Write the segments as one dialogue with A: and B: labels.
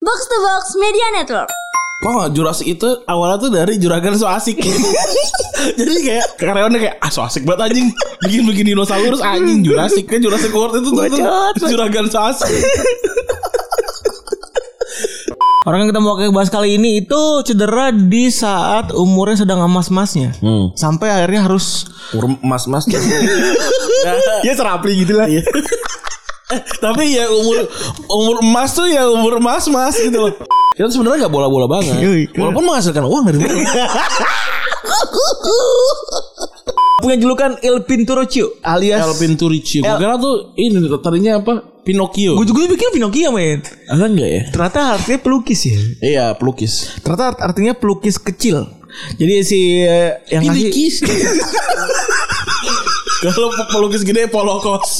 A: Box to Box Media Network.
B: Kok nggak Jurassic itu awalnya tuh dari juragan so asik Jadi kayak karyawannya kayak ah so asik banget anjing Bikin-bikin dinosaurus anjing Jurassic Kan Jurassic World itu tuh, tuh juragan so asik
C: Orang yang kita mau bahas kali ini itu cedera di saat umurnya sedang emas-emasnya.
B: Hmm.
C: Sampai akhirnya harus
B: Urm- Mas-mas gitu. tuh.
C: ya serapli gitu lah.
B: Iya. Tapi ya umur umur emas tuh ya umur emas-mas gitu loh Kita tuh sebenarnya nggak bola-bola banget
C: Yoi, keren.
B: Walaupun menghasilkan uang dari mana
C: Punya julukan Il Pinturocchio alias
B: El Pinturici
C: Iya.
B: Gue kira tuh ini tadinya apa Pinocchio
C: Gue juga pikir Pinocchio, men.
B: Ada nggak ya?
C: Ternyata artinya pelukis ya.
B: Iya pelukis
C: Ternyata art- artinya pelukis kecil. Jadi si eh, yang ngasih
B: Pilukis Kalau pe- pelukis gede polokos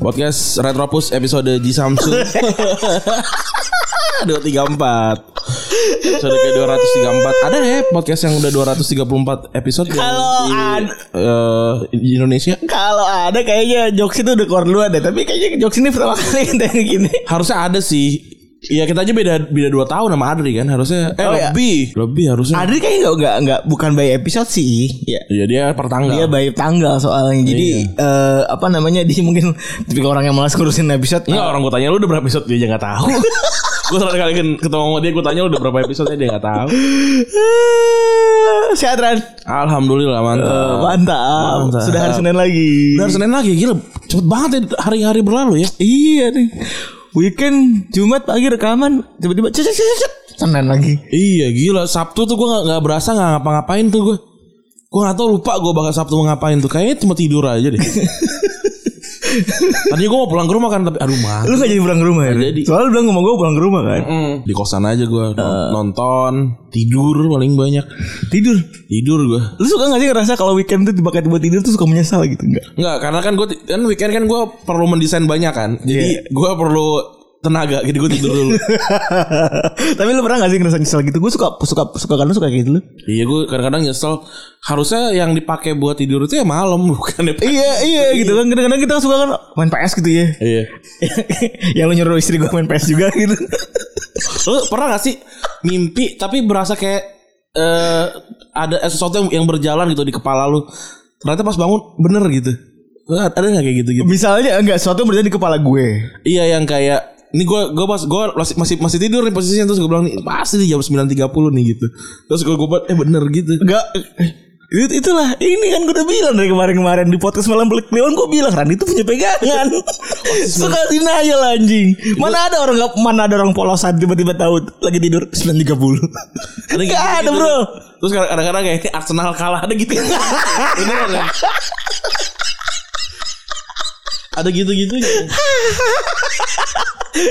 B: Podcast Retropus episode G Samsung 234 Episode ke 234 Ada ya podcast yang udah 234 episode yang
C: Kalau
B: di,
C: ad-
B: eh, di Indonesia
C: kalau ada kayaknya jokes itu udah keluar duluan deh, tapi kayaknya jokes ini pertama kali kita yang gini.
B: harusnya ada sih Iya kita aja beda beda dua tahun sama Adri kan harusnya eh
C: Oh, iya.
B: lebih lebih harusnya
C: Adri kayaknya nggak nggak nggak bukan by episode sih. Ya.
B: Iya dia per tanggal
C: Dia by tanggal soalnya. Jadi eh, apa namanya dia mungkin tipikal orang yang malas ngurusin episode.
B: Enggak orang gue tanya lu udah berapa episode dia aja nggak tahu gue sering kali kan ketemu sama dia gue tanya lu udah berapa episode dia nggak tahu
C: Sehat Ran.
B: Alhamdulillah
C: Eh,
B: mantap
C: Mantap.
B: Ah, Mantap.
C: Sudah hari Senin lagi.
B: Udah hari Senin lagi gila cepet banget ya hari-hari berlalu ya
C: Iya nih. Weekend Jumat pagi rekaman tiba-tiba cet cet cet, cet Senin lagi.
B: Iya gila Sabtu tuh gue gak, nggak berasa gak ngapa-ngapain tuh gue Gue gak tau lupa gue bakal Sabtu mau ngapain tuh Kayaknya cuma tidur aja deh Tadinya gue mau pulang ke rumah kan Tapi aduh malas
C: Lu gak jadi pulang ke rumah ya?
B: jadi.
C: Soalnya lu bilang ngomong gue pulang ke rumah kan.
B: Di kosan aja gue Nonton Tidur paling banyak
C: Tidur.
B: Tidur gue
C: Lu suka gak sih ngerasa kalau weekend tuh tiba tiba tidur tuh suka menyesal gitu enggak?
B: Enggak karena kan gue Kan weekend kan gue perlu mendesain banyak kan Jadi gue perlu tenaga Jadi gue tidur dulu
C: Tapi lu pernah gak sih ngerasa nyesal gitu? Gue suka suka suka kan lu suka kayak gitu lu.
B: Iya gue kadang-kadang nyesel Harusnya yang dipakai buat tidur itu ya malam Bukan ya
C: Iya iya gitu kan kadang-kadang kita suka kan main PS gitu ya.
B: Iya
C: yang lu nyuruh istri gue main PS juga gitu.
B: Lu pernah gak sih mimpi tapi berasa kayak eh ada eh, sesuatu yang, yang berjalan gitu di kepala lu. Ternyata pas bangun bener gitu. Lu Ada ada gak kayak gitu gitu?
C: Misalnya enggak sesuatu berarti di kepala gue.
B: Iya yang kayak ini gue gue pas gue masih, masih masih tidur nih posisinya terus gue bilang nih pasti di jam 9.30 nih gitu. Terus gue gue buat, eh bener gitu.
C: Enggak It- itulah ini kan gue udah bilang dari kemarin-kemarin di podcast malam belik Kliwon gue bilang Randy itu punya pegangan suka denial anjing mana ada orang nggak- mana ada orang polosan tiba-tiba tahu lagi tidur 9.30
B: kayak gitu
C: nggak ada
B: gitu.
C: bro
B: Terus kadang- kadang-kadang kayak ini Arsenal kalah ada gitu. Bener kan? Ada gitu-gitu ya?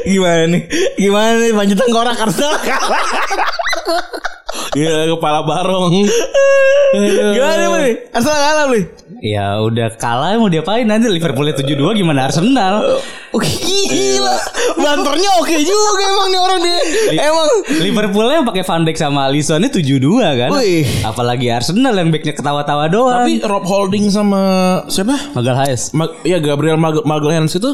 C: gimana nih gimana nih panjat tengkorak karena kalah
B: Ya kepala barong Iya.
C: gimana nih Bli? asal kalah beli
D: Ya udah kalah mau diapain nanti Liverpoolnya 7-2 gimana Arsenal?
C: oh, gila banternya oke juga emang nih orang nih emang
D: Liverpoolnya pakai Van Dijk sama Alisonnya 7-2 kan.
C: Wih.
D: Apalagi Arsenal yang backnya ketawa-tawa doang.
B: Tapi Rob Holding sama siapa?
D: Magal Hayes.
B: Mag ya Gabriel Mag Magalhães itu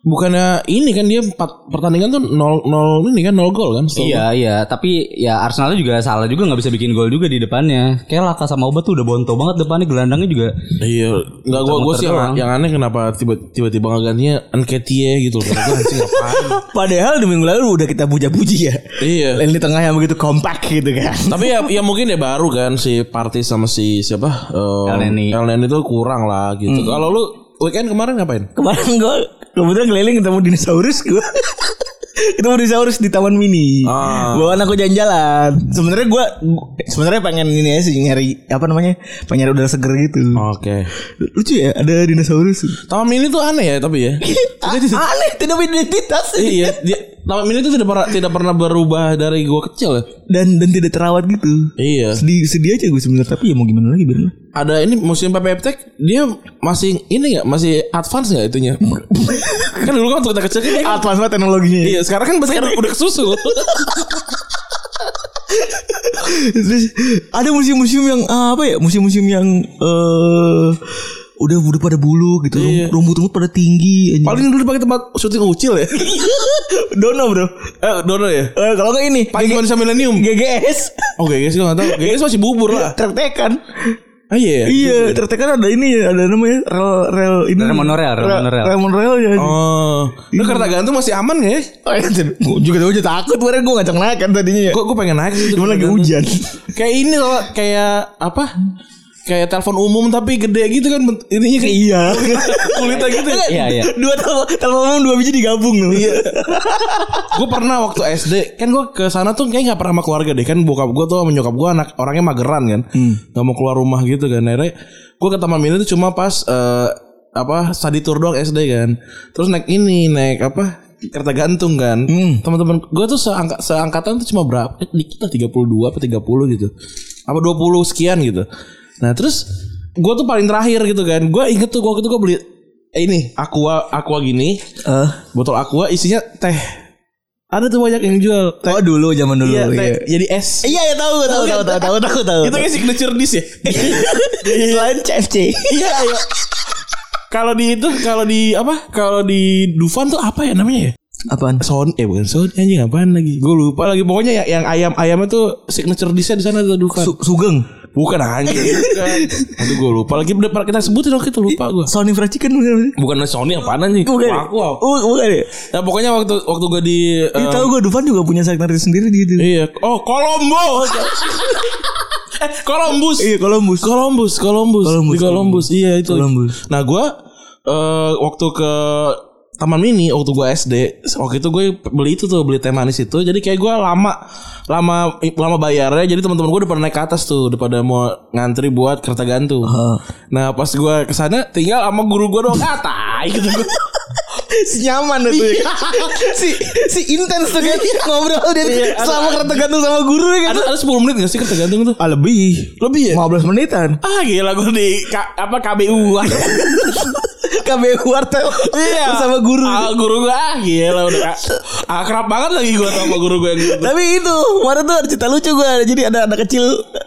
B: bukannya ini kan dia empat pertandingan tuh 0 0 ini kan 0 gol kan. setahu
D: Iya iya, tapi ya Arsenalnya juga salah juga nggak bisa bikin gol juga di depannya. Kayak Laka sama Obat tuh udah bonto banget depannya gelandangnya juga.
B: gua. Iya, enggak gua gua sih yang,
D: Muter-muter doang.
B: yang aneh kenapa tiba- tiba-tiba nggak gantinya Enketie gitu loh. Kata gua, anjing ngapain?
C: padahal di minggu lalu udah kita puja-puji ya
B: Iya.
C: Lini tengah yang begitu kompak gitu kan
B: Tapi ya, ya mungkin ya baru kan si Party sama si siapa? Eh,
D: El Neni.
B: El Neni itu kurang lah gitu. Kalau lu weekend kemarin ngapain?
C: kemarin gue kebetulan keliling ketemu dinosaurus gue ketemu dinosaurus di taman mini
B: Ah.
C: bawaan aku jalan-jalan sebenarnya gue sebenarnya pengen ini aja sih nyari apa namanya pengen nyari udara seger gitu
B: Oke.
C: lucu ya ada dinosaurus
B: Taman ini tuh aneh ya tapi ya.
C: A- aneh tidak beridentitas
B: iya, dia Taman ini tuh tidak pernah tidak pernah berubah dari gua kecil ya.
C: dan dan tidak terawat gitu
B: Iya.
C: sedih sedih aja gue sebenarnya tapi ya mau gimana lagi bener
B: ada ini musim PPF Tech dia masih ini nggak masih advance nggak itunya kan dulu kan waktu kita kecil kan dia kan-
C: Iya. advance banget teknologinya
B: iya sekarang kan sekarang udah kesusul
C: Terus ada museum-museum yang ah, apa ya? Museum-museum yang eh udah udah pada bulu gitu, rumput-rumput pada tinggi anjing.
B: Paling dulu pakai tempat syuting ucil ya.
C: Dono, Bro.
B: Eh, dono ya.
C: Eh, kalau enggak ini
B: Paling manusia milenium.
C: GGS
B: Oke, guys, gue enggak tahu. Guys masih bubur lah.
C: tertekan.
B: Ah iya.
C: Iya, tertekan ada ini ya, ada namanya rel rel ini.
D: Rel monorail, rel monorail.
C: Rel monorail ya. anjing.
B: Oh, lu kereta gantung masih aman gak ya?
C: Oh, iya, gue juga gue juga takut kemarin gue ngajak naik kan tadinya ya.
B: Gue gue pengen naik sih.
C: Cuma lagi hujan.
B: Kayak ini loh, kayak apa? Kayak telepon umum tapi gede gitu kan bent- ininya kayak
C: iya.
B: kulitnya gitu.
D: Iya, iya.
C: Dua telepon telepon umum, dua biji digabung. Iya.
B: Gue pernah waktu SD, kan gue ke sana tuh kayak nggak pernah sama keluarga deh kan bokap gue tuh sama nyokap gue anak orangnya mageran kan, nggak mau keluar rumah gitu kan. Akhirnya gue ke Taman Mini tuh cuma pas eh, apa study tour doang SD kan. Terus naik ini naik apa kereta gantung kan. Teman-teman gue tuh seangka- seangkatan tuh cuma berapa? Eh, dikit lah 32 apa 30 gitu. Apa 20 sekian gitu. Nah, terus gue tuh paling terakhir gitu kan. Gue inget tuh gue itu gue beli eh, ini aqua aqua gini
C: Eh,
B: botol aqua isinya teh ada tuh banyak yang jual teh.
C: oh dulu zaman dulu.
B: iya, teh.
C: iya.
B: Jadi es.
C: Iya, ya tahu, tahu, tahu, tahu, tahu, tahu, tahu.
B: Itu kayak signature dish ya.
C: selain CFC.
B: Iya, iya. Kalau di itu kalau di apa? Kalau di Dufan tuh apa ya namanya ya?
C: Apaan?
B: Son eh bukan son anjing apaan lagi? Gue lupa lagi pokoknya ya, yang ayam ayamnya tuh signature dishnya di sana tuh Dufan.
C: Su- Sugeng.
B: bukan anjing. bukan. Aduh gue lupa lagi udah pernah kita sebutin waktu itu lupa gue.
C: Sony Fried Chicken bukan?
B: Bukan Sony apaan anjing?
C: Bukan.
B: Aku. aku.
C: Oh, bukan ya?
B: Ya pokoknya waktu waktu gue di eh,
C: Iya, tahu gue Dufan juga punya sekretari sendiri gitu.
B: Iya. Oh, Kolombo. eh, Columbus.
C: Iya, Columbus.
B: Columbus, Columbus,
C: Columbus,
B: di Columbus. Iya itu.
C: Columbus.
B: Nah, gua eh, waktu ke Taman Mini waktu gua SD, waktu itu gue beli itu tuh, beli teh manis itu. Jadi kayak gua lama lama lama bayarnya. Jadi teman-teman gua udah pada naik ke atas tuh, udah pada mau ngantri buat kereta gantung. Nah, pas gua ke sana tinggal sama guru gua doang. ah, tai gitu gua.
C: si nyaman itu ya. si si intens tuh kan ngobrol dia
B: Iya,
C: sama kereta gantung sama guru ya kan.
B: Ada ada 10 menit gak sih kereta gantung tuh?
C: Ah, lebih.
B: Lebih ya?
C: 15 menitan.
B: Ah gila gue di K- apa KBU
C: KBU wartel sama guru.
B: ah, Guru gue ah gila udah Kak. Akrab banget lagi gue sama guru gue yang gitu
C: Tapi itu kemarin tuh ada cerita lucu gue. Jadi ada anak kecil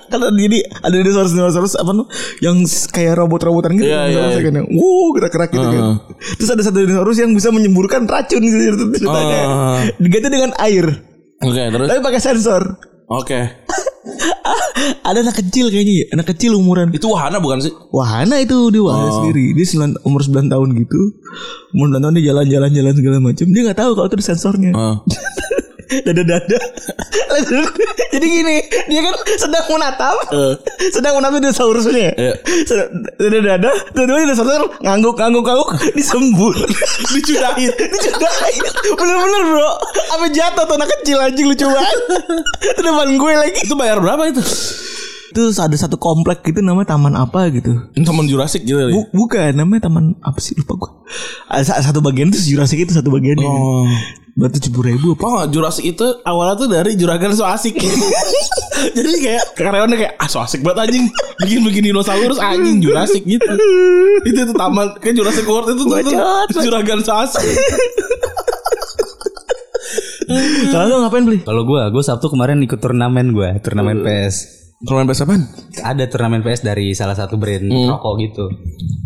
C: kan ada- jadi ada dinosaurus dinosaurus apa tuh yang s- kayak robot-robotan gitu.
B: Iya,
C: kan,
B: iya,
C: dinosaurus
B: iya. Ah.
C: kan yang wow gerak-gerak gitu kan.
B: Heeh.
C: Terus ada satu dinosaurus yang bisa menyemburkan racun gitu
B: Ah.
C: ceritanya.
B: Heeh.
C: Diganti dengan air.
B: Oke terus
C: Tapi pakai sensor.
B: Oke
C: ada anak kecil kayaknya ya. Anak kecil umuran
B: Itu wahana bukan sih?
C: wahana itu dia wahana sendiri dia 9 umur 9 tahun gitu umur 9 tahun dia jalan-jalan jalan segala macam dia nggak tahu kalau itu ada sensornya
B: Heeh.
C: dada dada jadi gini dia kan sedang menatap sedang menatap dinosaurusnya
B: Iya.
C: dada dada tiba-tiba dinosaurus ngangguk ngangguk ngangguk disembur dicudahin dicudahin bener-bener bro apa jatuh tuh anak kecil anjing lucu banget Itu depan gue lagi
B: Itu bayar berapa itu?
C: terus ada satu komplek gitu namanya taman apa gitu
B: Taman Jurassic gitu ya?
C: Bu- bukan namanya taman apa sih lupa gue. Ada sa- Satu bagian itu Jurassic itu satu bagian
B: Oh.
C: Batu tujuh ribu apa?
B: Tau gak Jurassic itu awalnya tuh dari juragan so asik Jadi kayak karyawannya kayak ah so asik banget anjing Bikin-bikin dinosaurus anjing Jurassic gitu Itu itu taman Kayak Jurassic World itu tuh, tuh,
C: Bacot.
B: Juragan so asik
C: Lalu lu ngapain beli?
D: Kalau gue, gue Sabtu kemarin ikut turnamen gue, turnamen PS.
B: Turnamen PS apaan?
D: Ada turnamen PS dari salah satu brand rokok gitu.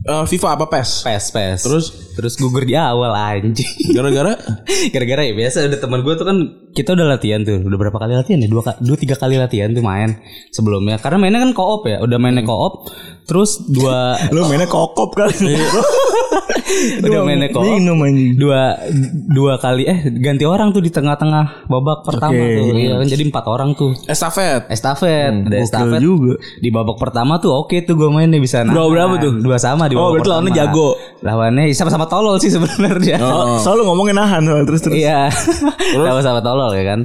B: Eh, FIFA apa E PES?
D: PS, PS.
B: Terus?
D: terus gugur di awal anjing.
B: Gara-gara
D: Gara-gara ya biasa ada teman gue tuh kan kita udah latihan tuh udah berapa kali latihan ya dua ka- dua tiga kali latihan tuh main sebelumnya karena mainnya kan koop ya udah mainnya koop terus dua
C: Lu mainnya kokop kali.
D: udah Iya. mainnya koop
C: Minum anjing.
D: dua dua kali eh ganti orang tuh di tengah-tengah babak pertama
C: Oke.
D: tuh Iya kan, jadi empat orang tuh
B: Estafet
D: estafet
C: Hmm,
D: ada estafet
C: juga.
D: di babak pertama tuh oke tuh gue mainnya bisa nahan.
C: Dua berapa tuh?
D: dua sama di
C: Oh,
D: babak
C: berarti lawannya
D: pertama.
C: jago.
D: lawannya iya, sama-sama tolol sih sebenarnya
C: Selalu- Selalu ngomongin nahan soal terus terus.
D: Oh, Iya. Sama sama tolol ya kan.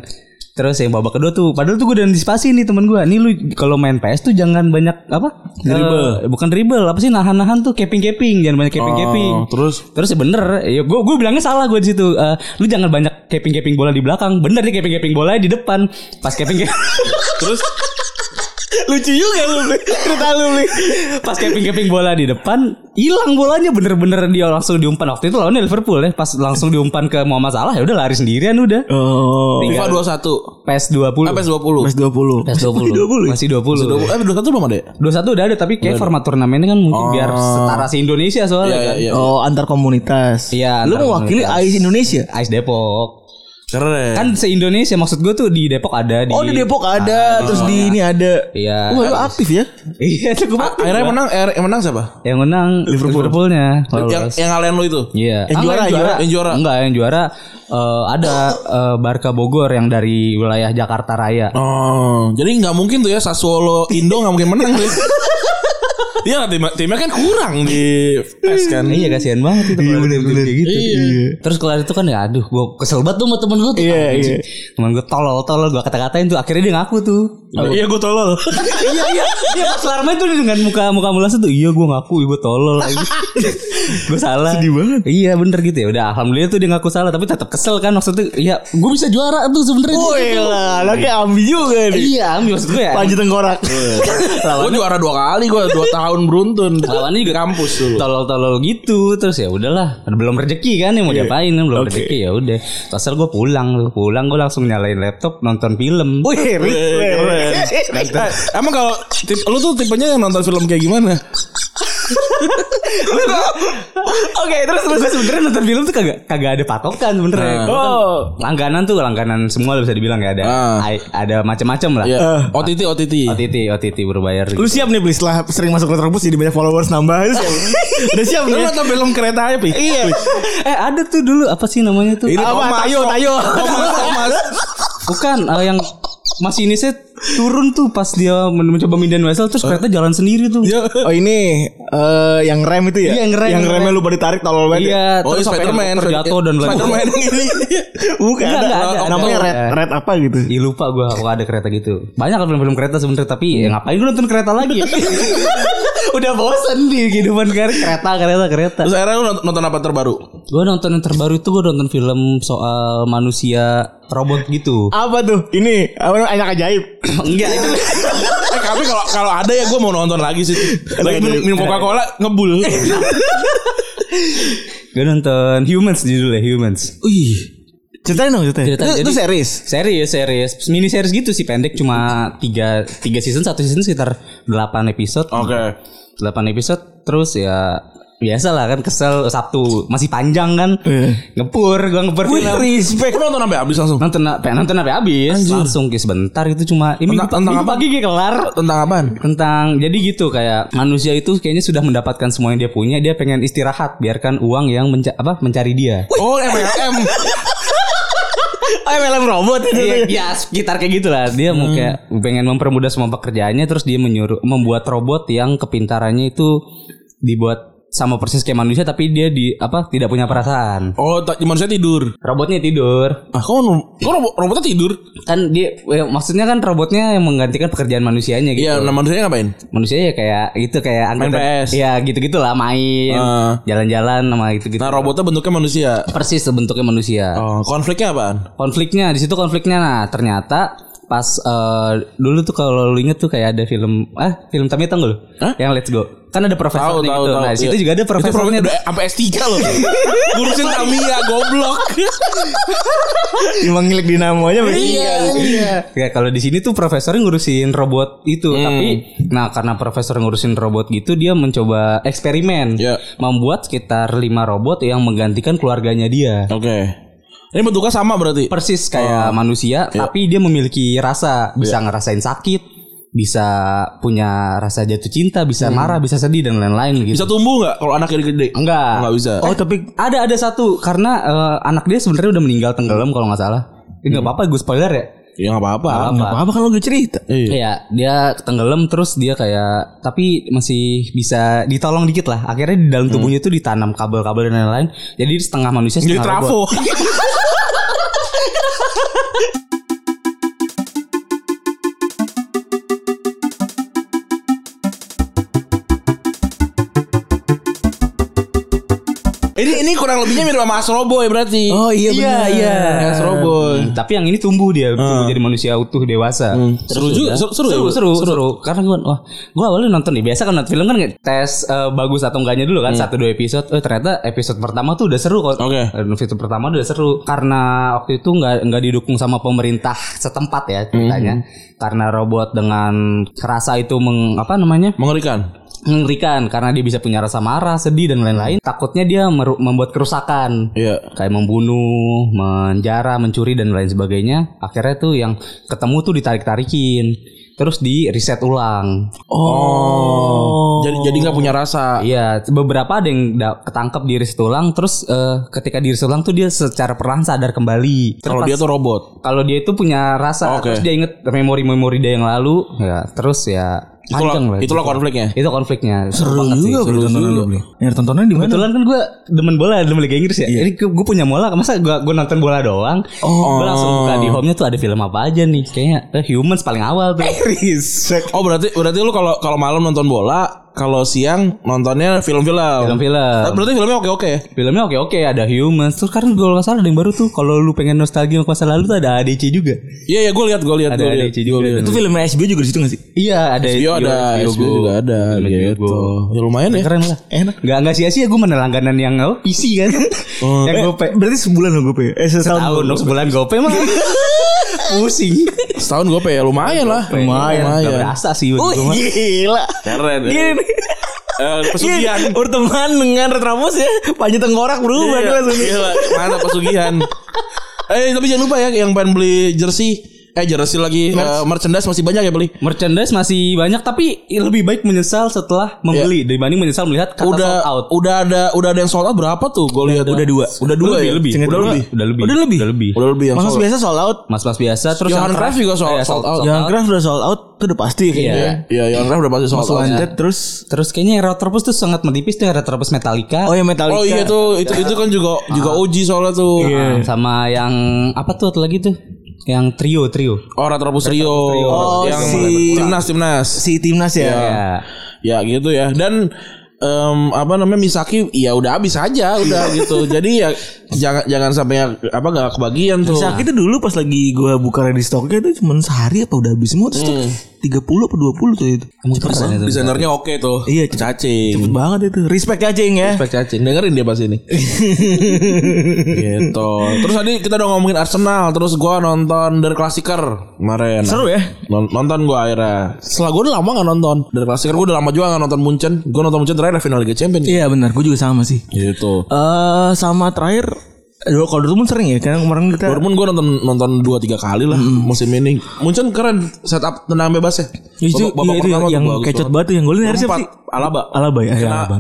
D: Terus yang babak kedua tuh padahal tuh gue udah antisipasi nih temen gue. Nih lu kalau main PS tuh jangan banyak apa? Dribble. bukan dribble, apa sih nahan-nahan tuh keping-keping, jangan banyak keping-keping.
B: Oh, terus?
D: Terus ya bener, ya gue gue bilangnya salah gue di situ. Eh, lu jangan banyak keping-keping bola di belakang. Bener dia keping-keping bola di depan. Pas keping
B: Terus
C: Lucu juga lu Bli. cerita lu Bli.
D: pas keping-keping bola di depan hilang bolanya bener-bener dia langsung diumpan waktu itu lawannya Liverpool ya pas langsung diumpan ke Muhammad Salah ya udah lari sendirian udah
C: Oh.
B: FIFA
D: Tinggal.
B: 21.
D: PES 20
B: Eh, PES 20.
C: Mas 20.
D: PES
C: 20.
D: 20 masih 20
B: Eh, 21 belum ada ya?
D: 21 udah ada tapi kayak format turnamennya kan mungkin biar setara si Indonesia soalnya
B: Iya,
D: kan.
B: iya, iya.
C: Oh, antar komunitas.
D: Iya,
C: Lu
D: antar
C: mewakili
D: komunitas.
C: AIS Indonesia.
D: Ais Depok.
B: Keren.
D: Kan se-Indonesia maksud gue tuh di Depok ada di
C: Oh, di Depok
D: Ah.
C: ada, terus di ini ada.
D: Iya.
C: Wah, lu aktif ya?
D: Iya, cukup aktif.
B: Akhirnya
D: gua.
B: menang eh, yang menang siapa?
D: yang menang Liverpool. Liverpoolnya.
B: Yang
D: lolos.
B: yang ngalahin lu itu.
D: Iya.
C: Yang
D: Ah,
C: juara,
D: enggak,
B: yang juara.
D: Enggak, yang juara eh, ada eh, Barca Bogor yang dari wilayah Jakarta Raya.
B: Oh, jadi nggak mungkin tuh ya Sassuolo Indo nggak mungkin menang tuh. Iya lah timnya, timnya kan kurang di PES kan.
D: Iya kasihan banget itu
C: Iya,
D: kalau
C: bener,
D: tim-tim
C: bener.
D: kayak gitu.
C: Iya.
D: Terus kelar itu kan ya aduh gue kesel banget tuh sama temen gue tuh.
C: Iya,
D: Anjing. Temen gue tolol-tolol gue kata-katain tuh akhirnya dia ngaku tuh.
B: Iya gue tolol.
D: iya iya iya pas Larma itu dengan muka muka mulas tuh iya gue ngaku gue tolol gue salah sedih banget iya bener gitu ya udah alhamdulillah tuh dia ngaku salah tapi tetap kesel kan maksudnya ya gue bisa juara tuh sebenernya
C: Wih Iya lah, anaknya ambi juga nih.
D: iya ambil maksud gue ya
C: Panji tengkorak.
B: gue Iya. juara dua kali gue dua tahun beruntun.
D: Lawannya juga
B: kampus dulu.
D: tolol-tolol gitu terus ya udahlah belum rezeki kan yang mau
B: Iya.
D: diapain kan belum rezeki ya udah Terus gue pulang tuh pulang gue langsung nyalain laptop nonton film
C: Wih,
B: Keren. Nah, Emang kalau tip, lu tuh tipenya yang nonton film kayak gimana?
D: Oke terus terus sebenernya nonton film tuh kagak kagak ada patokan sebenernya
B: Nah.
D: Gua kan langganan tuh langganan semua lah bisa dibilang ya ada
B: Ah.
D: ai- ada macam-macam lah
B: Iya. OTT OTT.
D: OTT OTT berbayar gitu.
C: Lu siap nih beli setelah sering masuk ke terbus jadi banyak followers nambah. Lu siap. Udah siap
B: Lu
C: nih.
B: nonton film kereta api.
C: Iya.
D: eh ada tuh dulu apa sih namanya tuh
B: Ini
C: Apa?
B: Thomas.
C: Tayo, tayo.
B: Thomas, Thomas.
D: bukan eh, yang masinisnya turun tuh pas dia men- mencoba mindahin wesel terus kereta jalan sendiri tuh
B: Eh. Iya.
C: Oh ini eh, yang rem itu ya?
D: Iya, yang rem.
C: Yang remnya lu ditarik tolol banget. ya?
D: Iya,
B: Oh,
D: terus sampai
B: Spiderman.
D: helikopter jatuh dan lain
B: Spiderman ini.
C: Bukan. ada.
D: Enggak, enggak,
B: eh,
D: ada, ada.
C: Namanya
D: Ada.
C: red, red apa gitu?
D: Ih lupa gue kalau ada kereta gitu. Banyak kan film-film kereta sebenernya tapi ya ngapain gue nonton kereta lagi? Udah bosen di kehidupan kereta, kereta, kereta, kereta.
B: Terus akhirnya lu nont- nonton apa terbaru?
D: Gue nonton yang terbaru itu gue nonton film soal manusia robot gitu.
C: Apa tuh? Ini apa namanya? Anak ajaib.
D: Enggak itu.
B: Eh, tapi kalau kalau ada ya gue mau nonton lagi sih. Lagi minum, minum Coca Cola ngebul.
D: Gue nonton Humans judulnya Humans.
C: Wih. Ceritain dong, ceritain.
D: Ceritain.
C: Itu- itu
D: Jadi-
C: series.
D: Serius, serius. Mini series gitu sih pendek cuma 3 tiga season, satu season sekitar 8 episode.
B: Oke.
D: 8 episode terus ya biasa lah kan kesel Sabtu masih panjang kan ngepur gua ngepur film
B: respect. Lu nonton sampai habis langsung.
D: nonton apa nonton apa habis langsung kayak sebentar itu cuma ini
B: Tentang- tentang apa?
D: pagi kayak kelar
B: Tentang apaan?
D: tentang jadi gitu kayak manusia itu kayaknya sudah mendapatkan semua yang dia punya dia pengen istirahat biarkan uang yang menca- apa mencari dia
B: Oh, MLM.
C: Oh, film robot itu.
D: Iya, ya sekitar kayak gitulah. Dia
B: Hmm.
D: mau kayak pengen mempermudah semua pekerjaannya terus dia menyuruh membuat robot yang kepintarannya itu dibuat sama persis kayak manusia tapi dia di apa tidak punya perasaan.
B: Oh, tak manusia tidur.
D: Robotnya tidur.
B: Ah, kok, kok robot, robotnya tidur?
D: Kan dia eh, maksudnya kan robotnya yang menggantikan pekerjaan manusianya gitu.
B: Iya, nah manusianya ngapain?
D: Manusia ya kayak gitu kayak
B: Main PS.
D: Ya gitu-gitulah main,
B: Ah.
D: jalan-jalan sama gitu-gitu.
B: Nah, robotnya bentuknya manusia.
D: persis bentuknya manusia.
B: Oh, konfliknya apaan?
D: konfliknya di situ konfliknya nah ternyata pas eh, dulu tuh kalau lu inget tuh kayak ada film ah film Tamiya tau gak lu?
B: Hah?
D: Yang Let's Go. Kan ada
B: Tahu,
D: profesornya
B: tahu,
D: gitu.
B: tahu.
D: nah, di situ
B: Iya.
D: juga ada
B: Itu
D: profesornya.
B: profesornya udah sampai S3 loh. Ngurusin Tamiya goblok.
C: Emang ngilik dinamo aja. Bang.
D: iya. Ya kalau di sini tuh profesornya ngurusin robot itu,
B: Hmm.
D: tapi nah karena profesor ngurusin robot gitu dia mencoba eksperimen
B: Iya.
D: membuat sekitar lima robot yang menggantikan keluarganya dia.
B: Oke. Ini bentuknya sama berarti.
D: persis kayak
B: Oh.
D: manusia
B: Iya.
D: tapi dia memiliki rasa bisa ngerasain sakit bisa punya rasa jatuh cinta bisa marah bisa sedih dan lain-lain gitu
B: Hmm. Bisa tumbuh nggak kalau anaknya gede?
D: enggak
B: Enggak bisa.
C: Oh, tapi
D: ada ada satu karena eh, anak dia sebenarnya udah meninggal tenggelam kalau nggak salah
B: Hmm.
D: enggak apa-apa gue spoiler ya
B: Ya enggak apa-apa.
C: nggak apa-apa kan lo udah cerita.
B: Iya.
D: Iya, dia tenggelam terus dia kayak tapi masih bisa ditolong dikit lah. Akhirnya di dalam tubuhnya itu ditanam kabel-kabel dan lain-lain. Jadi setengah manusia
B: Hmm. Jadi
D: setengah robot.
B: trafo. Ini ini kurang lebihnya mirip sama Astro Boy berarti.
C: Oh, iya,
B: iya
C: benar.
B: iya. Astro Boy.
D: Hmm, tapi yang ini tumbuh dia tumbuh jadi manusia utuh
B: Ah.
D: dewasa.
B: Hmm. Seru juga, seru seru. ya,
D: Seru,
B: Bu?
D: seru, seru, Karena gue, wah, gue awalnya nonton nih. Biasa kan nonton film kan nggak tes eh, bagus atau enggaknya dulu kan satu dua episode. Eh ternyata episode pertama tuh udah seru kok.
B: Hmm. Oke.
D: Eh, Episode pertama udah seru karena waktu itu nggak nggak didukung sama pemerintah setempat ya
B: Hmm.
D: ceritanya. Karena robot dengan kerasa itu meng, apa namanya
B: Mengerikan.
D: mengerikan karena dia bisa punya rasa marah, sedih dan lain-lain. Takutnya dia meru- membuat kerusakan
B: Iya.
D: kayak membunuh, menjara, mencuri dan lain sebagainya. Akhirnya tuh yang ketemu tuh ditarik-tarikin, terus di reset ulang.
B: Oh. Jadi jadi nggak punya rasa.
D: Iya, beberapa ada yang da- ketangkep di reset ulang, terus eh, ketika di reset ulang tuh dia secara perlahan sadar kembali. Terus
B: Kalau
D: pas-
B: dia tuh robot.
D: kalau dia itu punya rasa,
B: Oke.
D: terus dia inget memori-memori dia yang lalu, ya terus ya panjang
B: Itulah
D: lah.
B: itulah konfliknya.
D: Itu konfliknya. Seru banget sih, seru banget.
C: Nyari tontonan di mana?
D: Kebetulan kan gue demen bola, demen Liga Inggris ya. Jadi gue punya bola, masa gue gue nonton bola doang. Oh. Gue langsung buka di home-nya tuh ada film apa aja nih. Kayaknya eh, Humans paling awal tuh.
C: Riset.
B: Oh berarti berarti lu kalau kalau malam nonton bola, kalau siang nontonnya film-film.
D: Film-film.
B: Tapi Berarti filmnya oke-oke ya.
D: Filmnya oke oke ada Humans. Terus karena gue nggak salah ada yang baru tuh. Kalau lu pengen nostalgia sama masa lalu tuh ada ADC juga.
B: Iya iya gue lihat gue lihat
D: Ada
B: gua lihat.
D: ADC juga.
C: Itu filmnya SB juga di situ gak sih?
D: Iya ada.
B: HBO ada, HBO
D: Go.
B: juga ada
D: Film
B: gitu.
D: Go.
B: Ya lumayan ya.
D: Keren lah. Iya, Enak. Gak nggak sia-sia gue mana langganan yang apa, PC kan. yang gue pe
C: Berarti sebulan loh gue Eh
D: tahun
C: setahun.
D: sebulan gope mah. Pusing.
B: Setahun gue ya lumayan lah.
D: Lumayan. Gak
B: Lumayan.
D: berasa sih.
C: Oh
D: buat gua mah.
C: gila.
B: Keren.
C: Gini nih.
B: Eh,
D: Iya.
B: Pesugihan.
C: Gini, Berteman dengan Retramos ya. Panji tengkorak berubah
B: Iya,
C: tuh langsung.
B: iya, Mantap pesugihan. Eh tapi jangan lupa ya yang pengen beli jersey Eh jersey lagi Eh, merchandise masih banyak ya beli.
D: Merchandise masih banyak tapi lebih baik menyesal setelah membeli dibanding menyesal melihat kata
B: Ya. udah
D: sold out.
B: udah ada udah ada yang sold out berapa tuh? Gue lihat udah dua. Udah dua
D: lebih,
B: ya?
D: lebih.
B: Udah lebih.
D: Udah lebih.
C: Udah lebih?
D: Udah lebih.
B: Udah lebih yang
C: Mas
B: sold out.
C: biasa sold out.
D: Mas-mas biasa terus
B: Johan
D: yang
B: Cruyff
D: terakhir-
B: juga sold-
D: eh, sold
B: sold out. Ya.
D: out.
C: Yang keras udah sold out itu udah pasti kan kayaknya.
D: Iya.
B: Iya, yang Raf udah pasti sold out.
C: Lanjut terus
D: Terus kayaknya yang Retropus tuh sangat menipis tuh yang Retropus
C: Oh
D: Metallica.
C: ya Metallica.
B: Oh iya tuh, itu itu kan juga juga uji soalnya tuh.
C: Iya.
D: Ah, sama yang apa tuh satu lagi tuh? Yang trio trio.
B: Oh Retrobus Rio,
C: Oh,
B: yang
C: si-
B: timnas timnas.
C: Si timnas ya.
D: Ya.
B: Ya gitu ya. Dan em, apa namanya Misaki ya udah habis aja udah gitu. Jadi ya jangan jangan sampai yang- apa nggak kebagian tuh.
C: Sakit itu dulu pas lagi gua buka ready stocknya itu cuma sehari apa udah habis semua terus
B: Hmm.
C: tuh 30 apa 20 tuh itu.
D: Kamu persen itu.
B: Desainernya oke tuh.
C: Iya, cepet.
B: cacing.
C: Cepet banget itu. Respect aja Ing, ya.
B: Spek cacing. Dengerin dia pas ini. gitu. Terus tadi kita udah ngomongin Arsenal, terus gua nonton Der Klassiker kemarin.
C: Seru ya?
B: Non- nonton gua akhirnya. Setelah gua udah lama gak nonton Der Klassiker, kan gua udah lama juga gak nonton Munchen. Gua nonton Munchen terakhir final Liga Champions.
C: Iya benar, gua juga sama sih.
B: Gitu.
C: Eh sama terakhir Aduh, kalau Dortmund sering ya karena kemarin kita
B: Dortmund gue nonton nonton dua tiga kali lah musim ini. Munchen keren setup tenang bebas ya.
C: itu,
B: Babak- babak
C: iya, itu
B: pertama tuh
C: yang
B: bagus
C: kecot
B: banget.
C: banget tuh yang golin harusnya
B: Empat,
C: sih
B: Alaba.
C: Alaba ya, ya
B: Kena,
C: Alaba.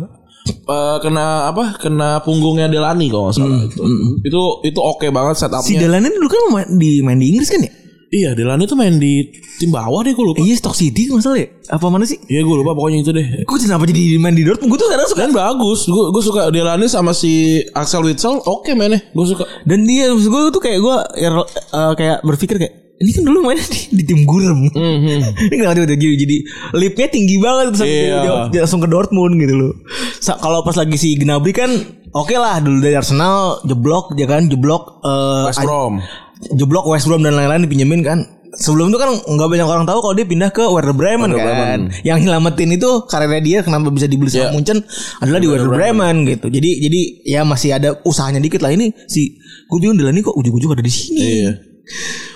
B: eh, kena apa? Kena punggungnya Delani kalau nggak salah itu. Itu itu oke banget setupnya.
C: Mm, Si Delany dulu kan main di main di Inggris kan ya?
B: iya Delani tuh main di tim bawah deh gue lupa.
C: Iya Stock City kalau nggak salah ya? Apa mana sih?
B: Iya gue lupa pokoknya itu deh.
C: Kok kenapa jadi main di Dortmund? Gue tuh kadang suka
B: Dan bagus, gue gue suka Delani sama si Axel Witsel, oke mainnya, gue suka.
C: dan dia maksud gue tuh kayak gue ya, eh, kayak berpikir kayak ini kan dulu main di, di tim Gurem.
B: Hmm,
C: ini kenapa tiba-tiba jadi, jadi lipnya tinggi banget terus
B: Iya.
C: dia- dia- dia langsung ke Dortmund gitu loh. Sa- kalau pas lagi si Gnabry kan oke lah dulu dari Arsenal jeblok ya kan jeblok eh,
B: West Brom.
C: jeblok West Brom dan lain-lain dipinjemin kan. Sebelum itu kan nggak banyak orang tahu kalau dia pindah ke Werder Bremen kan. Yang nyelamatin itu karirnya dia kenapa bisa dibeli
B: Iya.
C: sama Munchen adalah di Werder Bremen gitu. Jadi jadi ya masih ada usahanya dikit lah ini si gue bingung Delaney kok ujung-ujung ada di sini.
B: Iya.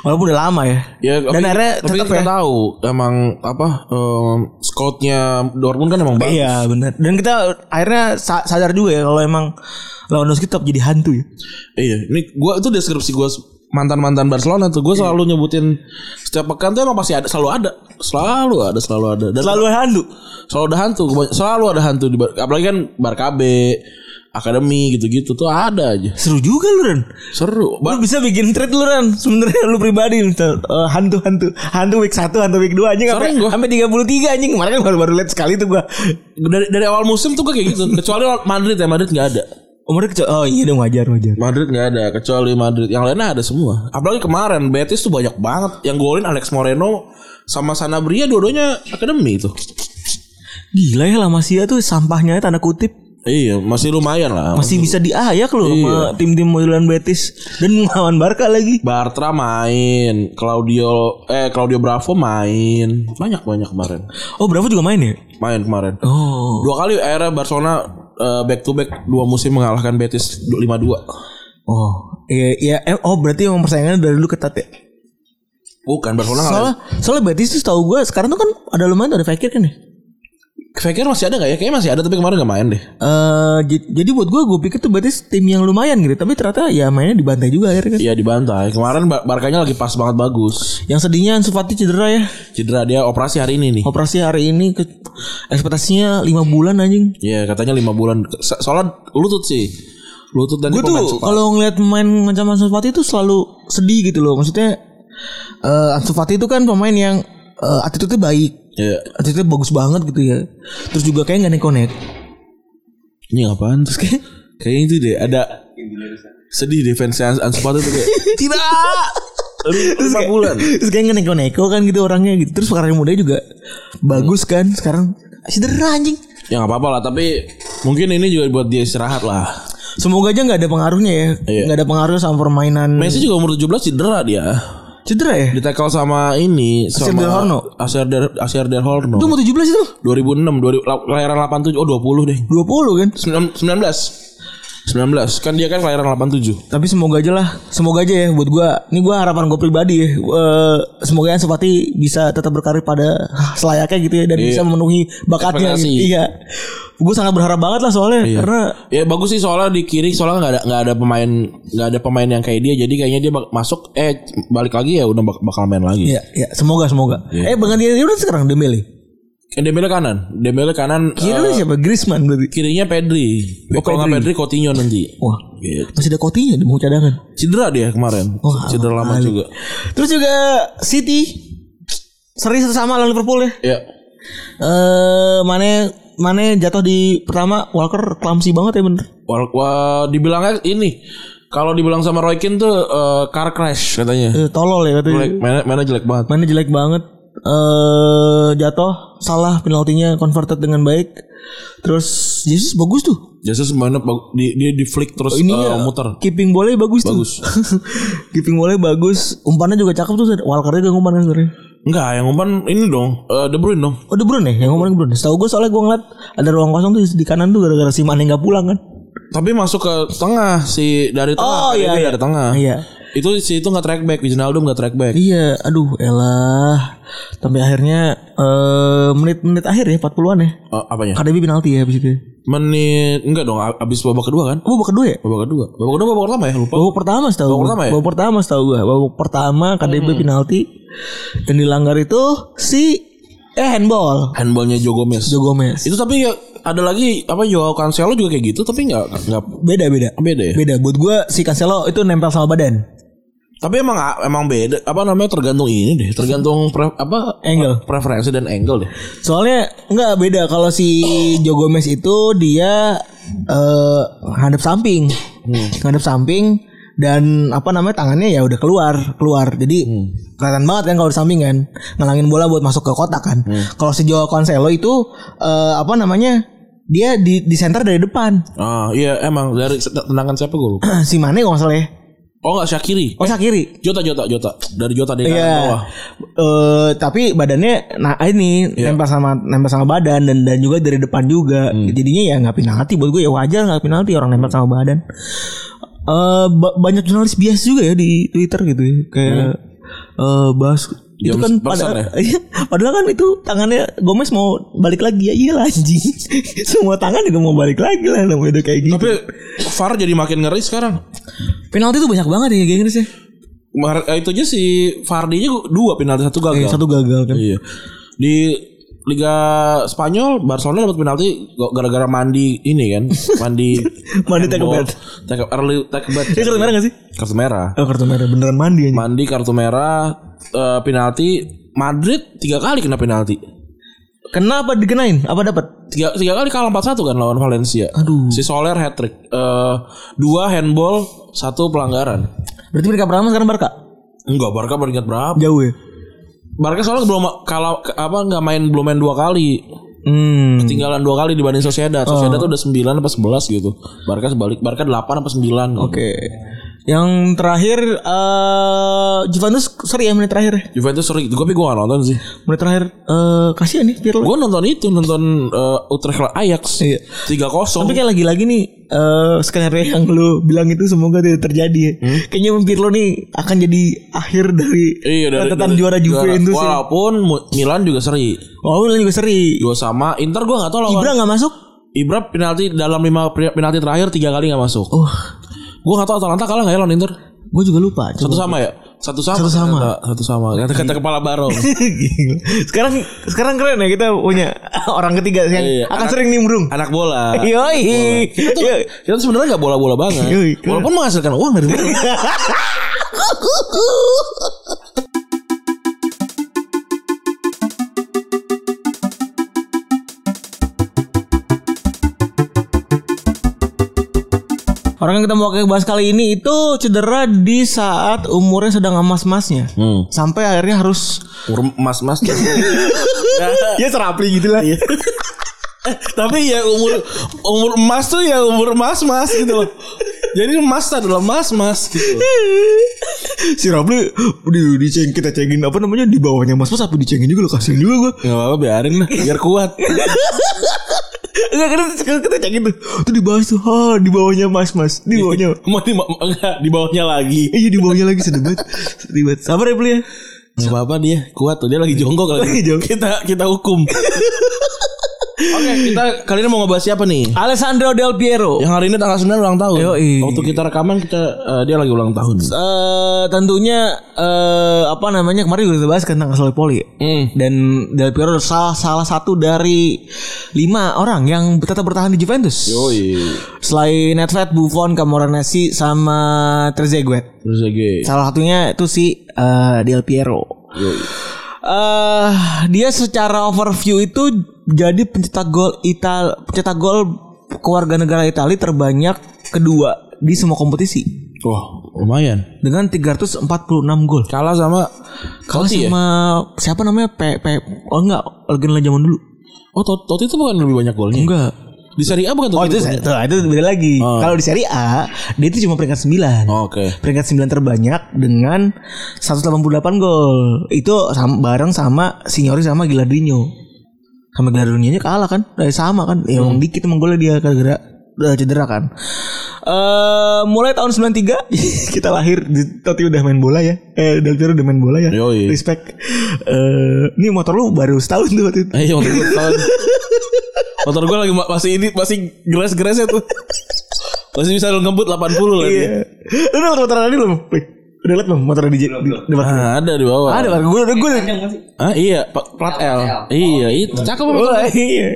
C: Walaupun udah lama ya.
B: Ya, tapi,
C: dan akhirnya
B: tapi
C: tetap
B: kita
C: ya.
B: tahu emang apa em, scoutnya Dortmund kan emang bagus.
C: Iya benar. Dan kita akhirnya sa- sadar juga ya kalau emang Lewandowski tetap jadi hantu ya.
B: Iya, ini gua itu deskripsi gua se- mantan-mantan Barcelona tuh. Gua selalu nyebutin setiap pekan tuh emang pasti ada selalu ada. Selalu ada, selalu ada. Dan
C: Selalu hantu.
B: selalu ada hantu, Kebany- selalu ada hantu di Bar- apalagi kan Barkabe, Akademi gitu-gitu tuh ada aja.
C: Seru juga lu Ren.
B: Seru.
C: Lu bisa bikin thread lu Ran Sebenernya lu pribadi misal, eh, Hantu-hantu Hantu week 1 Hantu week 2 anjing Sampai
B: Sering gua.
C: sampai 33 anjing Kemarin kan baru-baru liat sekali tuh gua
B: Dari dari awal musim tuh gua kayak gitu. Kecuali Madrid ya, Madrid nggak ada.
C: Umurnya kecil Oh iya dong wajar wajar
B: Madrid nggak ada kecuali Madrid yang lainnya ada semua apalagi kemarin Betis tuh banyak banget yang golin Alex Moreno sama Sanabria dua-duanya akademi itu
C: Gila ya Lamasia tuh ya Sampahnya tanda kutip
B: Iya, masih lumayan lah.
C: Masih bisa diayak loh sama
B: Iya.
C: tim-tim modelan Betis dan ngelawan Barca lagi.
B: Bartra main, Claudio eh Claudio Bravo main. Banyak-banyak kemarin.
C: Oh, Bravo juga main ya?
B: Main kemarin.
C: Oh.
B: Dua kali era Barcelona eh, back to back dua musim mengalahkan Betis 5-2.
C: Oh. Iya, iya. Eh, oh berarti emang persaingannya dari dulu ketat ya?
B: Bukan Barcelona
C: Soalnya,
B: ngalahin.
C: soalnya Betis tuh tahu gue sekarang tuh kan ada lumayan tuh ada Fekir kan ya?
B: Fekir masih ada gak ya? Kayaknya masih ada tapi kemarin gak main deh.
C: Eh, j- jadi buat gue gue pikir tuh Betis tim yang lumayan gitu tapi ternyata ya mainnya dibantai juga akhirnya kan.
B: Iya dibantai. Kemarin Bar- Barkanya lagi pas banget bagus.
C: Yang sedihnya Ansu Fati cedera ya.
B: Cedera dia operasi hari ini nih.
C: Operasi hari ini ke, ekspektasinya 5 bulan anjing.
B: Iya katanya lima bulan. So- Soalnya lutut sih. Lutut dan
C: Gue
B: pemain
C: tuh
B: sepak.
C: kalau ngeliat main macam Ansu Fati tuh selalu sedih gitu loh. Maksudnya eh Ansu Fati itu kan pemain yang eh, attitude-nya baik.
B: Iya.
C: Attitude-nya bagus banget gitu ya. Terus juga kayak gak neko-neko.
B: Ini apaan terus kayak kayaknya itu deh ada sedih defense Ans Ansu Fati tuh kayak
C: Tidak.
B: lima bulan.
C: Terus kayak gak neko-neko kan gitu orangnya gitu. Terus pekarnya muda juga bagus kan sekarang. Cedera anjing.
B: Ya nggak apa-apa lah tapi mungkin ini juga buat dia istirahat lah.
C: Semoga aja nggak ada pengaruhnya ya.
B: Iya.
C: Nggak ada pengaruh sama permainan.
B: Messi juga umur 17 cedera dia.
C: Cedera ya?
B: Di tackle sama ini sama
C: Del Horno.
B: Aser Del, Aser Del Horno.
C: Itu mau 17 itu?
B: 2006 2000 la- kelahiran 87 oh 20 deh.
C: 20 kan?
B: 19 19 kan dia kan kelahiran 87.
C: Tapi semoga aja lah, semoga aja ya buat gua. Ini gua harapan gua pribadi ya. Eh, semoga yang sepati bisa tetap berkarir pada selayaknya gitu ya dan bisa memenuhi
B: Iya.
C: bakatnya.
B: Ekspektasi.
C: Gitu. Iya. Gua sangat berharap banget lah soalnya
B: Iya.
C: karena
B: ya bagus sih soalnya di kiri soalnya nggak ada nggak ada pemain nggak ada pemain yang kayak dia jadi kayaknya dia bak- masuk eh balik lagi ya udah bak- bakal main lagi.
C: ya ya semoga semoga.
B: Iya.
C: Eh penggantinya udah sekarang Dembele.
B: Eh, Dembele kanan, Dembele kanan
C: Kira
B: eh,
C: siapa? Griezmann berarti.
B: kirinya Pedri. Oh, kalau nggak Pedri Coutinho nanti.
C: Wah.
B: Gitu.
C: Masih ada Coutinho di mau cadangan.
B: Cedera dia kemarin.
C: Wah,
B: Cedera lama
C: Oh, kali.
B: juga.
C: Terus juga City seri satu sama lawan Liverpool ya.
B: Ya.
C: Eh mana mana jatuh di pertama Walker clumsy banget ya bener.
B: Wal wah, dibilangnya ini kalau dibilang sama Roy Keane tuh eh, car crash katanya.
C: Eh, tolol ya katanya.
B: Jelek, mainnya, mainnya jelek banget.
C: Mainnya jelek banget. Eh jatuh salah penaltinya converted dengan baik. Terus Jesus bagus tuh.
B: Jesus mainnya bag- di, dia di flick terus
C: Oh, Ini ya?
B: eh, muter.
C: Keeping boleh bagus,
B: Bagus.
C: tuh. keeping boleh bagus. Umpannya juga cakep tuh. Walkernya juga umpan kan sebenarnya.
B: Enggak, yang umpan ini dong, eh, De Bruyne dong.
C: Oh De Bruyne ya, yang umpan De Bruyne. Setahu gue soalnya gue ngeliat ada ruang kosong tuh di kanan tuh gara-gara si Mane nggak pulang kan.
B: Tapi masuk ke tengah si dari tengah,
C: Oh,
B: Pereira
C: iya, iya.
B: dari tengah.
C: Iya.
B: Itu si itu nggak track back, Wijnaldum nggak track back.
C: Iya, aduh elah. Sampai akhirnya eh menit-menit akhir ya 40-an ya.
B: Eh, apanya?
C: KDB penalti ya habis itu. ya.
B: Menit enggak dong, a- abis babak kedua kan?
C: Oh, babak kedua ya?
B: Babak kedua. Babak kedua babak pertama ya, lupa.
C: Babak pertama setahu
B: Babak
C: gua.
B: pertama ya?
C: Babak pertama setahu gua. Babak pertama KDB penalti dan dilanggar itu si eh handball.
B: Handballnya Joe Gomez.
C: Jo Gomez.
B: Itu tapi ya, ada lagi apa Joao Cancelo juga kayak gitu tapi nggak nggak
C: Beda beda.
B: beda ya.
C: Beda buat gua si Cancelo itu nempel sama badan.
B: Tapi emang emang beda apa namanya tergantung ini deh, tergantung pre- apa
C: Angle.
B: preferensi dan angle deh.
C: Soalnya nggak beda kalau si Jo Gomez itu dia eh hadap samping. Hadap samping dan apa namanya tangannya ya udah keluar, keluar. Jadi kelihatan banget kan kalau di samping kan ngalangin bola buat masuk ke kotak kan. Kalau si Jo Cancelo itu eh apa namanya? Dia di di center dari depan.
B: Ah, iya emang dari tendangan siapa gue lupa.
C: si Mane kalau nggak salah ya.
B: Oh nggak Syakiri.
C: Oh, kiri.
B: Jota Jota Jota dari Jota dari kanan bawah.
C: Iya. Eh, tapi badannya nah ini nempel sama nempel sama badan dan dan juga dari depan juga. Jadinya ya nggak penalti buat gue ya wajar nggak penalti orang nempel sama badan. Eh ba- banyak jurnalis bias juga ya di Twitter gitu ya. kayak eh, bahas itu
B: James
C: kan
B: Bergson
C: padahal, iya, padahal kan itu tangannya Gomez mau balik lagi ya iyalah anjing semua tangan juga mau balik lagi lah namanya udah kayak gitu
B: Tapi VAR jadi makin ngeri sekarang.
C: penalti tuh banyak banget ya kayak gini sih
B: Kemarin eh, itu aja si Fardi nya dua penalti satu gagal.
C: satu gagal kan
B: Iya. Di Liga Spanyol Barcelona dapat penalti gara-gara mandi ini kan, mandi
C: Mandi take a
B: handball,
C: bath.
B: take a- early take a bath.
C: Ini kartu merah nggak sih?
B: Kartu merah.
C: oh, kartu merah beneran mandi anjing
B: Mandi kartu merah eh, penalti Madrid tiga kali kena penalti.
C: Kenapa dikenain? Apa dapat?
B: Tiga, tiga kali kalah 4-1 kan lawan Valencia.
C: Aduh.
B: Si Soler hat trick. dua handball, satu pelanggaran.
C: Berarti mereka pertama sekarang Barca.
B: Enggak, Barca peringkat berapa?
C: Jauh ya.
B: Barca soalnya belum kalau apa nggak main belum main dua kali.
C: Hmm.
B: Tinggalan dua kali dibanding Sociedad.
C: Oh.
B: Sociedad tuh udah 9 apa 11 gitu. Barca sebalik. Barca 8 apa 9. Gitu.
C: Oke. Yang terakhir eh Juventus sorry ya menit terakhir.
B: Juventus seri. Tapi gue gak nonton sih.
C: Menit terakhir eh kasihan nih Pirlo.
B: Gue nonton itu. Nonton eh, Utrecht lawan Ajax.
C: Iya.
B: 3-0.
C: Tapi kayak lagi-lagi nih eh skenario yang lu bilang itu semoga tidak terjadi ya.
B: Hmm?
C: Kayaknya Pirlo nih akan jadi akhir dari
B: Iya dari,
C: catatan
B: dari-
C: juara Juventus. ya.
B: Walaupun Mu- Milan juga seri.
C: Wow, Milan juga seri.
B: Dua sama. Inter gue gak tau lawan.
C: Ibra nggak masuk?
B: Ibra penalti dalam lima pri- penalti terakhir tiga kali nggak masuk.
C: Oh,
B: Gue nggak tahu Atalanta kalah nggak ya lawan Inter?
C: gue juga lupa.
B: Satu sama ya? Satu sama.
C: Satu sama.
B: ternyata. Satu sama. Kata, kata kepala barong.
C: Gila. sekarang sekarang keren ya kita punya orang ketiga yang
B: Iya, Ah.
C: akan
B: anak-
C: sering nimbrung.
B: Anak bola.
C: Yoi. Yoi.
B: Kita tuh sebenarnya nggak bola-bola banget.
C: Yoi, keren.
B: Walaupun menghasilkan uang dari bola.
C: Orang yang kita mau bahas kali ini itu cedera di saat umurnya sedang emas-emasnya.
B: Hmm.
C: Sampai akhirnya harus
B: Mas mas.
C: ya serapli gitu lah.
B: Iya. Tapi ya umur umur emas tuh ya umur emas mas gitu loh. Jadi emas adalah mas mas gitu.
C: si Rapli di, diceng kita cengin apa namanya di bawahnya Mas Mas apa dicengin juga lo kasihin juga gue.
B: Gak apa-apa biarin lah biar kuat.
C: Enggak kan kita- kita cengin tuh. Tuh dibahas tuh ha di bawahnya Mas Mas di bawahnya.
B: Mau di, enggak, di bawahnya lagi.
C: Iya di bawahnya lagi sedih banget. Sedih banget. Sabar ya Pli ya.
B: Gak apa-apa dia kuat tuh dia lagi jongkok lagi.
C: Lagi jongkok.
B: Kita kita hukum. Oke kita kali ini mau ngebahas siapa nih?
C: Alessandro Del Piero.
B: Yang hari ini tanggal 9 ulang tahun.
C: Yoi.
B: Waktu kita rekaman kita eh, dia lagi ulang tahun.
C: Eh, tentunya eh, apa namanya kemarin udah bahas tentang Poli
B: Hmm.
C: dan Del Piero salah salah satu dari lima orang yang tetap bertahan di Juventus.
B: Yoi.
C: Selain Nedved, Buffon, Camoranesi sama Trezeguet.
B: Terus lagi.
C: Salah satunya itu si eh, Del Piero.
B: Yoi.
C: eh dia secara overview itu jadi pencetak gol Ital pencetak gol keluarga negara Italia terbanyak kedua di semua kompetisi
B: Wah lumayan.
C: dengan 346 gol.
B: Kalah sama
C: Kalah
B: Totti ya?
C: sama siapa namanya? P, P oh enggak, legenda zaman dulu.
B: Oh Tot- Totti itu bukan lebih banyak golnya. ya?
C: Enggak.
B: Di Serie A bukan Totti.
C: Oh itu itu, itu beda lagi.
B: Oh.
C: Kalau di Serie A dia itu cuma peringkat 9.
B: Oh, Oke.
C: Peringkat 9 terbanyak dengan 188 gol. Itu sama, bareng sama Signori sama Gilardino. Sama Gilardino nya kalah kan? Eh, sama kan? Ya emang dikit emang golnya dia gara-gara eh, cedera kan. Eh mulai tahun 93 kita lahir di Totti udah main bola ya. Eh Del Piero udah main bola ya.
B: Yoi.
C: Respect. Eh ini motor lu baru setahun tuh waktu itu.
B: Eh, Iya motor gue tahun. Motor gue lagi ma- masih ini masih gres-gresnya tuh. Masih bisa lu ngebut 80 lagi.
C: Iya. Lu udah motor tadi belum? Wih, Udah liat belum motor di di, di, di
B: Ah, ada di bawah.
C: Ada gue udah gue
B: Ah iya, pa- plat L. Iya, itu cakep banget.
C: Wah, iya.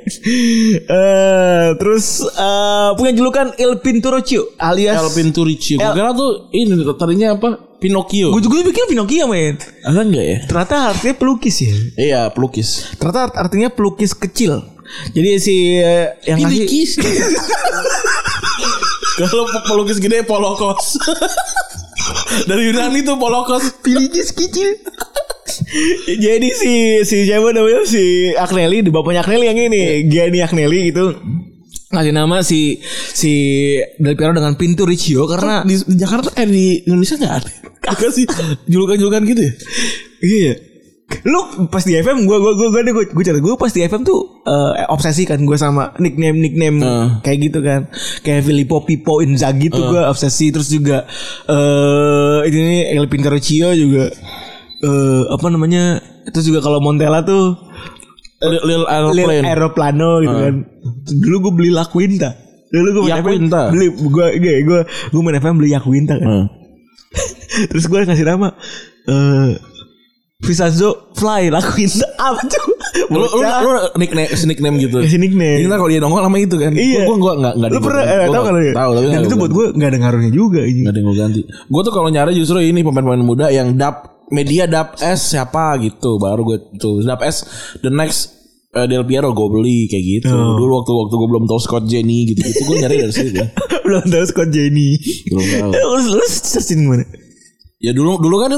C: Eh, terus eh, punya julukan El Pinturocchio alias
B: El Pinturicchio. Gue
C: El-
B: kira tuh ini tadinya apa? Pinocchio.
C: Gue juga bikin Pinocchio men.
B: Ada enggak ya?
C: Ternyata artinya pelukis ya.
B: Iya, pelukis.
C: Ternyata art- artinya pelukis kecil. Jadi si eh, yang ngasih
B: Pelukis. Kalau pe- pelukis gede Polokos. Dari Yunani tuh Polokos.
C: pelukis kecil. Jadi si si siapa namanya si Agnelli, di bapaknya Agnelli yang ini, Gianni Agnelli gitu. Ngasih nama si si Del Piero dengan Pinturicchio karena
B: Di, di Jakarta eh di Indonesia enggak ada.
C: ya?
B: Enggak sih julukan-julukan gitu ya?
C: Iya. Lu pas di FM gua gua gua gua gua, gua cerita gua pas di FM tuh eh, obsesi kan gua sama nickname nickname
B: Heeh.
C: kayak gitu kan. Kayak Filippo Pipo Inzaghi tuh gua obsesi terus juga eh ini nih, El Pinturicchio juga eh apa namanya? Terus juga kalau Montella tuh
B: Lil, Lil
C: Lil
B: Aeroplane.
C: Aeroplano gitu kan. Dulu gue beli La Quinta. Dulu gue main
B: Yakwinta.
C: FM beli gue gue gue gue main FM beli Yakwinta kan.
B: Hmm.
C: Terus gue ngasih nama eh Visanzo Fly La Quinta apa tuh?
B: Lu lu
C: Bocah.
B: lu nickname nickname gitu.
C: Kasih nickname.
B: Ini ntar kalau dia nongol sama itu kan.
C: Iya.
B: Gua gua enggak enggak.
C: Lu pernah eh, tahu kalau ya?
B: Tahu tapi
C: Dan
B: nggak
C: itu
B: gua
C: buat gue nggak ada ngaruhnya juga ini.
B: Gak ada yang gue ganti. Gue tuh kalau nyari justru ini pemain-pemain muda yang dap media dap S siapa gitu. Baru gue tuh dap S the next eh, Del Piero gue beli kayak gitu.
C: Oh.
B: Dulu waktu waktu gue belum tahu Scott Jenny gitu gitu gue nyari dari situ.
C: Belum tahu Scott Jenny.
B: Belum tahu.
C: Terus lu searching mana?
B: Ya dulu dulu kan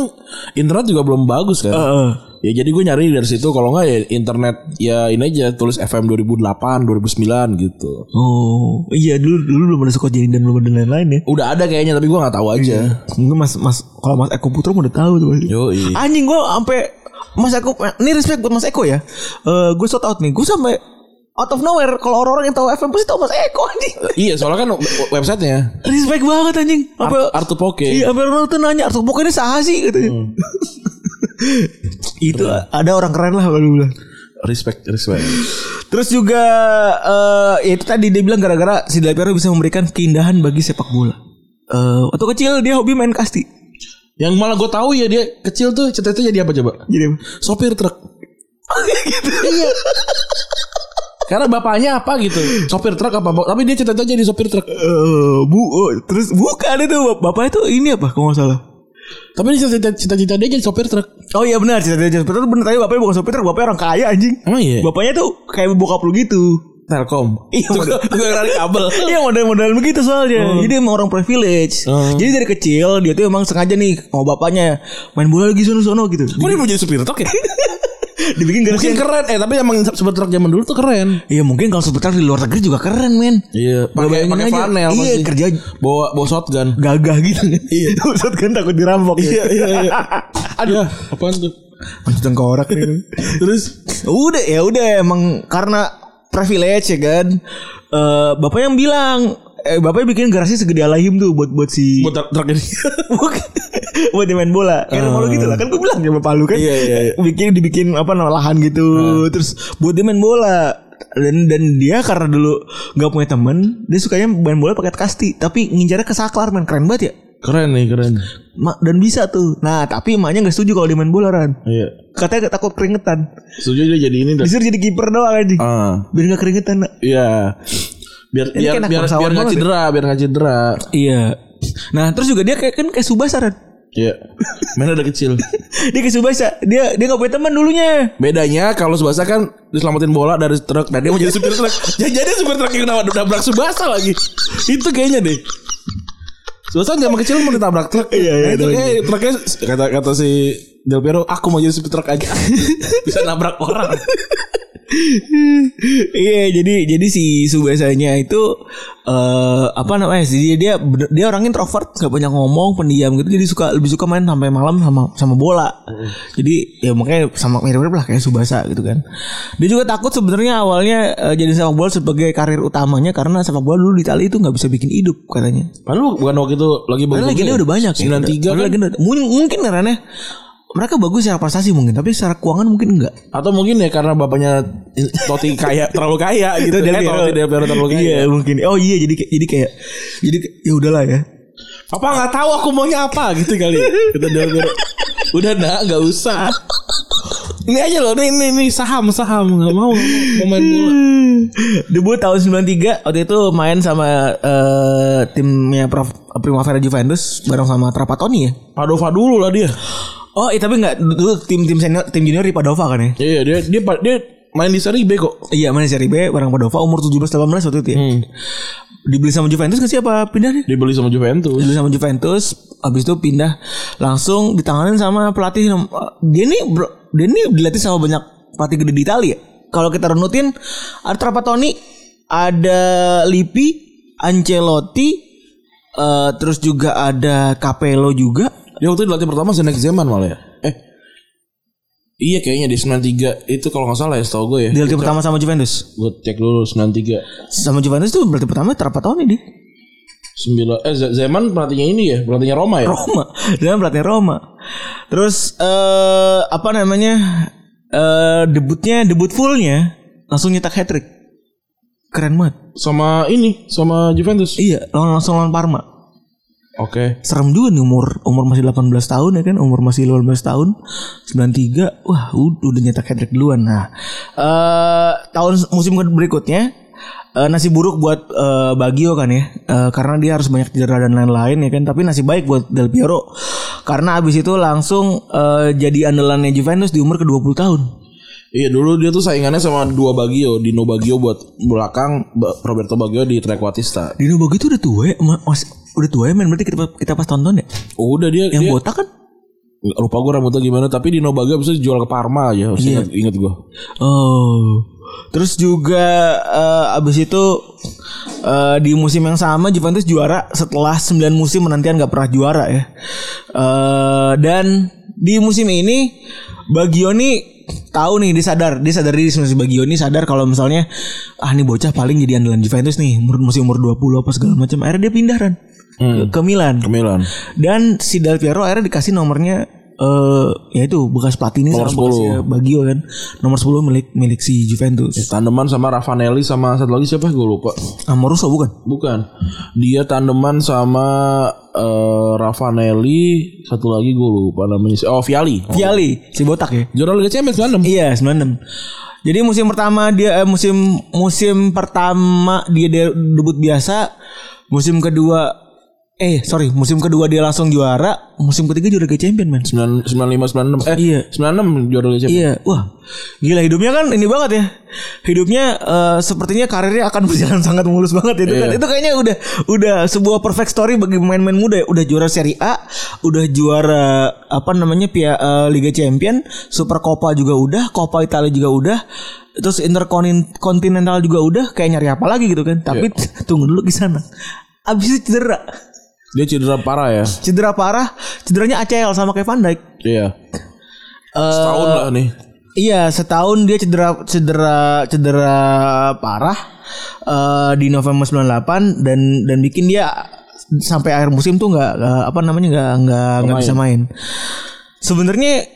B: internet juga belum bagus kan.
C: Heeh.
B: Ya jadi gue nyari dari situ kalau nggak ya internet ya ini aja tulis FM 2008 2009 gitu.
C: Oh iya dulu dulu belum ada Sukojadi dan belum ada lain-lain ya.
B: Udah ada kayaknya tapi gue nggak tahu aja.
C: Mungkin mas mas kalau mas Eko Putra udah tahu tuh. pasti.
B: Yoi.
C: Anjing gue sampai Mas Eko ini respect buat Mas Eko ya. Eh gue shout out nih. Gue sampai out of nowhere kalau orang-orang yang tahu FM pasti tahu Mas Eko anjing.
B: iya soalnya kan we- websitenya
C: Respect banget anjing. Apa
B: Artu Poke.
C: Iya, sampai orang tuh nanya Arthur Poke ini saha sih gitu. itu ada orang keren lah kalau bilang.
B: Respect respect.
C: Terus juga eh ya itu tadi dia bilang gara-gara si Del Piero bisa memberikan keindahan bagi sepak bola. Eh waktu kecil dia hobi main kasti.
B: Yang malah gue tahu ya dia kecil tuh cita-cita jadi apa coba?
C: Jadi Gitu.
B: Sopir truk. Iya. Karena bapaknya apa gitu? Sopir truk apa? Tapi dia cita-cita jadi sopir truk.
C: eh bu eh, terus bukan itu bap- bapaknya tuh ini apa kalau nggak salah.
B: Tapi dia cita-cita cita-cita dia jadi sopir truk.
C: Oh iya benar cerita dia sopir truk benar tapi bapaknya bukan sopir truk, bapaknya orang kaya anjing.
B: Emang iya?
C: Bapaknya tuh kayak bokap lu gitu.
B: Telkom.
C: Iya,
B: Juga juga narik kabel.
C: Iya model-model begitu soalnya. Jadi emang orang privilege.
B: Hmm.
C: Jadi dari kecil dia tuh emang sengaja nih sama bapaknya main bola lagi sono-sono gitu.
B: Kok dia mau jadi supir truk ya?
C: Dibikin garasi.
B: Mungkin
C: yang-
B: keren eh tapi emang supir truk zaman dulu tuh keren.
C: Iya mungkin kalau sebentar di luar negeri juga keren men.
B: Iya,
C: Gua
B: pakai
C: bayangin
B: pakai
C: aja.
B: flanel
C: Iya
B: pasti.
C: kerja
B: bawa bawa shotgun.
C: gagah gitu kan. Iya. Maksud kan takut dirampok. Iya iya iya.
B: Aduh, apaan tuh?
C: Maksud tengkorak nih. Terus udah ya udah emang karena privilege ya kan. Eh bapak yang bilang eh bapaknya bikin garasi segede Alahim tuh buat buat si
B: Buat truk ini.
C: Bukan. buat dia main bola kan rumah lu gitu lah kan gue bilang ya bapak lu kan
B: Iya, iya, iya.
C: bikin dibikin apa namanya lahan gitu terus buat dia main bola dan dan dia karena dulu nggak punya temen dia sukanya main bola pakai kasti tapi ngincarnya ke saklar main keren banget ya
B: Keren nih, keren.
C: Ma- dan bisa tuh nah tapi emaknya nggak setuju kalau dia main bola ran
B: Iya.
C: katanya nggak takut keringetan
B: Setuju dia jadi ini dah.
C: disuruh jadi kiper doang aja
B: Ah.
C: biar nggak keringetan nak.
B: Iya. Biar biar
C: Ini kayak anak
B: biar
C: bangsawan
B: biar nggak
C: banget ya.
B: cedera, biar nggak cedera.
C: iya nah terus juga dia kayak kan kayak subasa ran
B: Iya. Mainnya udah kecil.
C: dia kayak subasa dia dia nggak punya teman dulunya
B: Bedanya kalau Subasa kan diselamatin bola dari truk dan dia mau jadi supir truk. Jadi dia supir truk yang nabrak nabrak Subasa lagi. Itu kayaknya deh. Subasa zaman kecil mau ditabrak truk.
C: Iya, iya,
B: Nah, itu
C: iya.
B: kayak truknya kata kata si Del Piero, aku mau jadi supir truk aja. Bisa nabrak orang.
C: Iya jadi jadi si Subasanya itu eh apa namanya sih dia dia bener- dia orang introvert nggak banyak ngomong pendiam gitu jadi suka lebih suka main sampai malam sama sama bola jadi ya makanya sama mirip-mirip lah kayak Subasa gitu kan dia juga takut sebenarnya awalnya eh, jadi sepak bola sebagai karir utamanya karena sepak bola dulu di Itali itu nggak bisa bikin hidup katanya
B: Padahal bukan waktu itu lagi bagus.
C: karena legendnya udah banyak
B: 93
C: ya. Padahal
B: kan.
C: legenda. Mungkin- mungkin karena mereka bagus secara prestasi mungkin tapi secara keuangan mungkin enggak
B: Atau mungkin ya karena bapaknya Toti kaya terlalu kaya gitu.
C: Del
B: Eh,
C: Piero.
B: Totti Del Piero terlalu kaya.
C: Iya mungkin. Oh iya jadi kayak- jadi kayak jadi kayak- ya udahlah ya.
B: apa nggak tahu aku maunya apa gitu kali ya. Kata Del Piero. udah nak nggak usah ini aja loh ini ini, ini saham saham nggak mau mau main bola
C: Hmm. Debut tahun 93 waktu itu main sama eh, timnya Prof Primavera Juventus bareng sama Trapattoni ya.
B: Padova dulu lah dia
C: Oh iya tapi enggak dulu tim tim senior tim junior di Padova kan ya.
B: iya dia dia pa- dia main di seri B kok
C: Iya main seri B bareng Padova umur 17 18 waktu itu ya. Dibeli sama Juventus ke siapa pindahnya?
B: dibeli sama Juventus
C: Dibeli sama Juventus habis itu pindah langsung ditanganin sama pelatih nom- eh, dia nih bro, dia nih dilatih sama banyak pelatih gede di Italia. Kalau kita runutin ada Trapattoni, ada Lippi, Ancelotti, eh, terus juga ada Capello juga.
B: dia waktu itu dilatih pertama Zenek Zeman malah ya eh iya kayaknya di 93 itu kalau nggak salah ya setahu gue ya
C: Dilatih pertama sama Juventus.
B: gue cek dulu 93
C: Sama Juventus tuh berarti pertama Trapattoni deh.
B: 9 eh Z- Zeman pelatihnya ini ya pelatihnya Roma ya
C: Roma dan pelatih Roma terus eh apa namanya eh debutnya debut fullnya langsung nyetak hat trick keren banget
B: sama ini sama Juventus
C: iya lawan langsung lawan Parma
B: oke
C: serem juga nih umur umur masih 18 tahun ya kan umur masih 18 tahun 93 wah ud- udah nyetak hat trick duluan nah eh tahun musim ke- berikutnya eh, nasi buruk buat eh, Bagio kan ya Eh, karena dia harus banyak cedera dan lain-lain ya kan tapi nasi baik buat Del Piero karena abis itu langsung eh, jadi andalannya Juventus di umur ke 20 tahun
B: Iya dulu dia tuh saingannya sama dua Bagio, Dino Bagio buat belakang, Ba- Roberto Bagio di Trequartista.
C: Dino Bagio tuh udah tua ya Mas- mas- udah tua ya men berarti kita, kita pas tonton ya
B: Udah dia
C: yang
B: dia,
C: botak kan
B: Nggak, lupa gue rambutnya gimana tapi Dino Baga bisa jual ke Parma aja. Iya. Ingat gue.
C: oh terus juga eh, abis itu eh, di musim yang sama Juventus juara setelah 9 musim menantian nggak pernah juara ya Eh, dan di musim ini Bagioni tahu nih dia sadar dia sadar diri sebenarnya si Bagioni sadar kalau misalnya ah nih bocah paling jadi andalan Juventus nih umur masih umur 20 apa segala macam akhirnya dia pindah kan ke Milan
B: Milan.
C: Dan si Del Piero akhirnya dikasih nomornya eh ya itu bekas Platini
B: Nomor
C: sama bekasnya Baggio kan. Nomor 10 milik milik si Juventus.
B: Tandeman sama Ravanelli sama satu lagi siapa gue lupa.
C: Amoruso Ah, bukan?
B: Bukan. Dia tandeman sama eh, Ravanelli, satu lagi gue lupa namanya. si- Oh, Viali.
C: Viali, si botak ya.
B: Juara Liga Champions 96.
C: Iya, 96. Jadi musim pertama dia eh, musim musim pertama dia de- debut biasa, musim kedua eh sorry, musim kedua dia langsung juara, musim ketiga juara ke champion man.
B: 9 95 96. Eh,
C: Iya.
B: 96 juara Liga Champions.
C: Iya, wah, gila hidupnya kan ini banget ya. Hidupnya eh, sepertinya karirnya akan berjalan sangat mulus banget itu kan. Itu kayaknya udah udah sebuah perfect story bagi pemain-pemain muda ya. Udah juara Serie A, udah juara apa namanya pia, eh, Liga Champion, Super Coppa juga udah, Coppa Italia juga udah. Terus Intercontinental juga udah, kayak nyari apa lagi gitu kan. Tapi tunggu dulu di sana. Abis itu cedera.
B: Dia cedera parah ya.
C: Cedera parah, cederanya ACL sama kayak Van Dijk.
B: Iya.
C: Eh,
B: Setahun lah nih.
C: Iya, setahun dia cedera cedera cedera parah eh, di November 98 dan dan bikin dia sampai akhir musim tuh nggak nggak- apa namanya nggak nggak nggak bisa main. Sebenarnya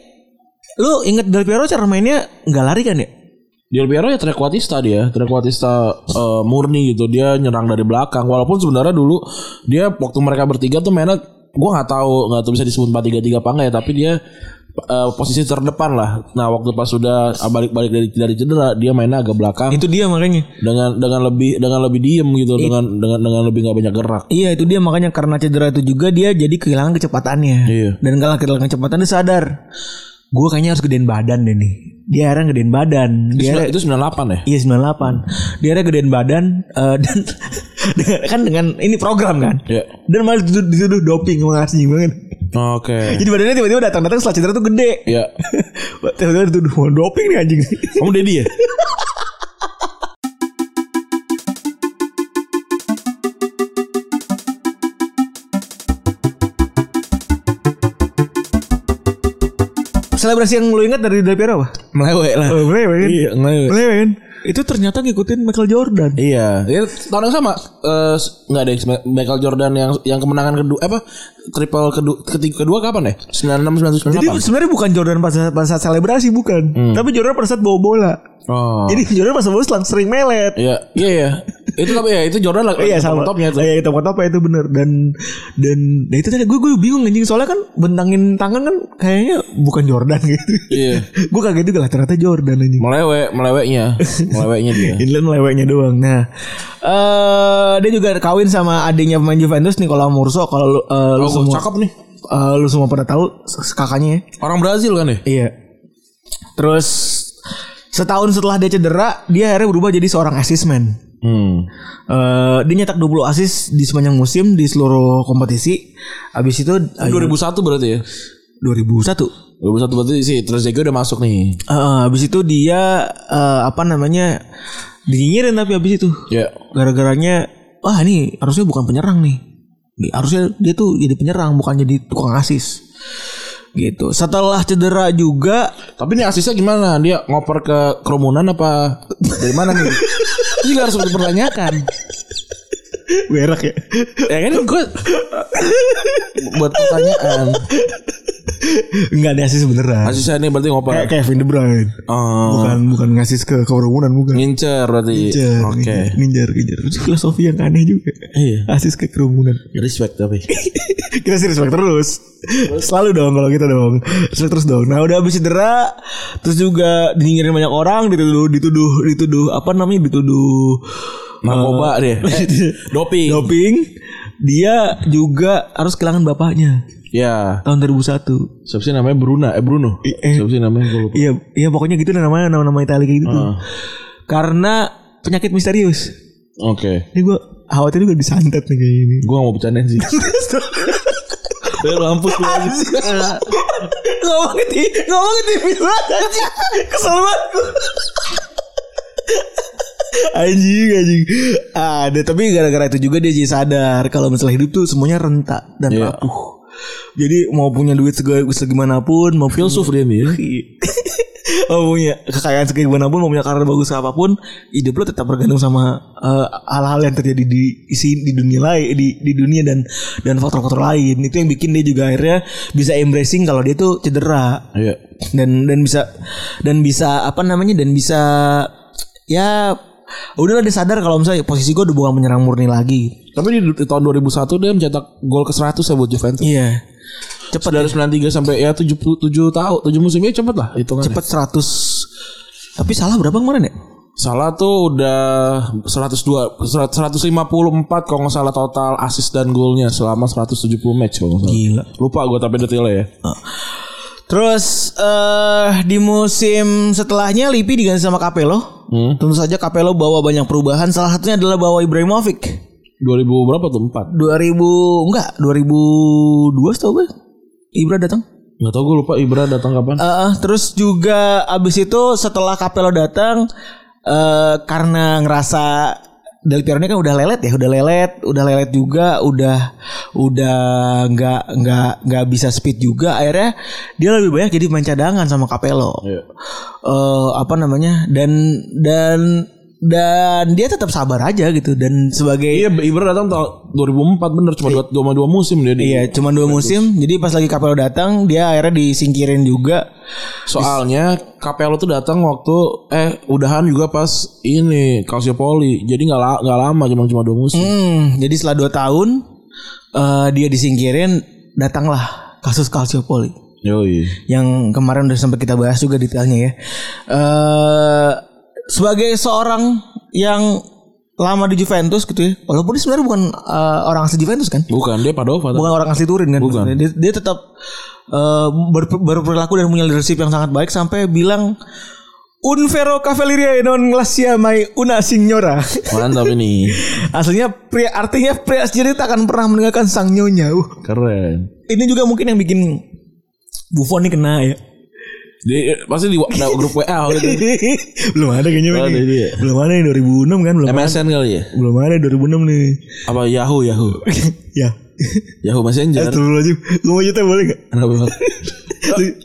C: lu inget Del Piero cara mainnya nggak lari kan ya?
B: Del Piero ya trequartista dia, trequartista eh, murni gitu. Dia nyerang dari belakang. Walaupun sebenarnya dulu dia waktu mereka bertiga tuh mainnya gue nggak tahu nggak tahu bisa disebut 4-3-3 apa enggak ya, tapi dia eh, posisi terdepan lah. Nah, waktu pas sudah balik-balik dari dari cedera, dia mainnya agak belakang
C: Itu dia makanya.
B: dengan dengan lebih dengan lebih diem gitu, dengan dengan dengan lebih nggak banyak gerak.
C: Iya itu dia makanya karena cedera itu juga dia jadi kehilangan kecepatannya
B: Iya.
C: dan kalau kehilangan kecepatan dia sadar gue kayaknya harus gedein badan deh nih dia akhirnya gedein badan dia akhirnya-
B: Itu 98 ya?
C: Iya 98 Dia ada gedein badan eh, Dan dengan- Kan dengan Ini program kan
B: Iya.
C: Dan malah dituduh, dituduh doping Emang anjing banget
B: Oke.
C: Jadi badannya tiba-tiba datang-datang Setelah cedera tuh gede
B: Iya.
C: Tiba-tiba dituduh "Wah, Doping nih anjing
B: Kamu Dedi ya?
C: Selebrasi yang lu ingat dari Del Piero apa?
B: Melewek lah.
C: Oh, melewek kan?
B: Iya, melewek.
C: Melewek kan? Itu ternyata ngikutin Michael Jordan
B: Iya, ya, tahun yang sama eh, s- nggak ada yang sema- Michael Jordan yang yang kemenangan kedua apa triple kedua ketiga kedua kapan ya? 96
C: Jadi
B: 99 98.
C: sebenarnya bukan Jordan pada saat, pada saat selebrasi bukan, tapi Jordan pada saat bawa bola.
B: Oh.
C: Jadi Jordan pas bawa bola selang sering melet.
B: Iya, iya iya. Itu tapi ya itu Jordan lah
C: Iya sama.
B: top-topnya itu.
C: Iya itu top itu bener dan dan nah itu tadi gue gue bingung anjing soalnya kan bentangin tangan kan kayaknya bukan Jordan gitu.
B: Iya.
C: gue kaget juga lah ternyata Jordan anjing.
B: Melewek, meleweknya. Meleweknya dia.
C: Inland meleweknya doang. Nah, eh dia juga kawin sama adiknya pemain Juventus Nicola Murso kalau lu, eh, lu
B: Oh,
C: semua
B: cakep nih.
C: eh, lu semua pada tahu s- kakaknya ya.
B: Orang Brazil kan ya?
C: Iya. Terus setahun setelah dia cedera, dia akhirnya berubah jadi seorang assist man.
B: Hmm.
C: Eh, dia nyetak 20 assist di sepanjang musim di seluruh kompetisi. Habis itu eh,
B: 2001 berarti ya?
C: 2001.
B: 2001 berarti sih Trezeguet udah masuk nih.
C: Eh, habis itu dia eh, apa namanya? Dinyinyirin tapi habis itu.
B: Ya.
C: Gara-garanya wah ini harusnya bukan penyerang nih. Di- Harusnya dia tuh jadi penyerang bukan jadi tukang assist. Gitu. Setelah cedera juga
B: Tapi ini asisnya gimana? Dia ngoper ke kerumunan apa dari mana nih? Itu juga harus dipertanyakan.
C: berak ya.
B: Ya kan gue buat pertanyaan.
C: Enggak ada assist beneran.
B: Asisnya ini berarti ngoper.
C: Kayak Kevin De Bruyne.
B: Oh,
C: Bukan bukan ngasih ke kerumunan bukan.
B: ngincer berarti.
C: Nginjar,
B: Iya, Oke.
C: nginjar, nginjar. Itu filosofi yang aneh juga.
B: Iya.
C: Asis ke kerumunan.
B: Respect tapi.
C: kita sih respect terus. Selalu dong kalau kita dong. Respect terus dong. Nah, udah habis cedera, terus juga dinyirin banyak orang, dituduh dituduh dituduh apa namanya? Dituduh
B: Narkoba dia. Eh, doping.
C: doping. Dia juga harus kehilangan bapaknya
B: Ya.
C: tahun 2001.
B: Siapa sih namanya Bruna? Eh Bruno.
C: Eh.
B: Siapa sih namanya gue lupa.
C: Iya, iya pokoknya gitu
B: Ah.
C: namanya nama-nama Italia kayak gitu. tuh. Karena penyakit misterius.
B: Oke.
C: Ini gue Awatnya juga disantet nih kayak ini.
B: Gue gak mau bercandain sih. Ya lu ampun lu aja.
C: ngomongin di ngomongin di banget anjing. Kesel banget. gua. Anjing anjing Ada tapi gara-gara itu juga dia jadi sadar Kalau masalah hidup tuh semuanya rentak dan
B: Iya.
C: rapuh Jadi mau punya duit sega- segimanapun Mau punya
B: Filsuf dia nih ya.
C: mau punya kekayaan segimana pun mau punya karir bagus apapun hidup lo tetap bergantung sama eh, hal-hal yang terjadi di isi di dunia lain di, di dunia dan dan faktor-faktor lain itu yang bikin dia juga akhirnya bisa embracing kalau dia tuh cedera
B: Iya.
C: dan dan bisa dan bisa apa namanya dan bisa ya udahlah dia sadar kalau misalnya posisi gue udah bukan menyerang murni lagi
B: Tapi di, di tahun 2001 dia mencetak gol ke 100 ya buat Juventus.
C: iya
B: Cepat dari 93 sampai ya 77 tahun, 7 musimnya cepet lah hitungannya.
C: cepet 100 tapi salah berapa kemarin ya
B: Salah tuh udah 102 100 154 kalau nggak salah total assist dan golnya selama 170 match kalau nggak salah.
C: Gila.
B: Lupa gue tapi detailnya ya.
C: Terus eh di musim setelahnya Lippi diganti sama Capello. Tentu saja Capello bawa banyak perubahan. Salah satunya adalah bawa Ibrahimovic.
B: 2000 berapa tuh? 4.
C: 2000 enggak 2002 setahu gue. Ibra datang.
B: Enggak tahu gue lupa Ibra datang kapan.
C: Eh, terus juga abis itu setelah Capello datang eh karena ngerasa Del Piero ini kan udah lelet ya, udah lelet, udah lelet juga, udah udah nggak nggak nggak bisa speed juga. Akhirnya dia lebih banyak jadi pemain cadangan sama Capello.
B: Iya.
C: Eh, apa namanya? Dan dan dan dia tetap sabar aja gitu dan sebagai
B: Iya Ibra datang tahun 2004 bener cuma 2 dua, dua musim dia di.
C: Iya, cuma dua musim. Jadi pas lagi Capello datang, dia akhirnya disingkirin juga.
B: Soalnya Capello tuh datang waktu eh udahan juga pas ini Calciopoli. Jadi nggak la- nggak lama cuma cuma 2 musim.
C: Hmm, jadi setelah 2 tahun eh, dia disingkirin, datanglah kasus Calciopoli
B: Yoi.
C: yang kemarin udah sempat kita bahas juga detailnya ya. Eh sebagai seorang yang lama di Juventus gitu ya. Walaupun dia sebenarnya bukan eh, orang asli Juventus kan.
B: Bukan dia Padova.
C: Bukan orang asli Turin kan.
B: Bukan.
C: Dia, dia tetap eh, ber- berperilaku dan punya leadership yang sangat baik sampai bilang Un vero cavaliere non glacia mai una signora.
B: Mantap ini.
C: Aslinya pria artinya pria sendiri tak akan pernah meninggalkan sang nyonya. Uh,
B: Keren.
C: ini juga mungkin yang bikin Buffon nih kena ya.
B: Dia pasti di ada grup WA gitu.
C: belum ada kayaknya.
B: Belum ada
C: Bang.
B: dia.
C: Belum ada yang 2006 kan belum.
B: MSN kali ya?
C: Belum ada yang 2006 nih.
B: Apa Yahoo Yahoo?
C: ya.
B: Yahoo Messenger.
C: Astagfirullah aja. Gue mau nyetel boleh gak?
B: Kenapa?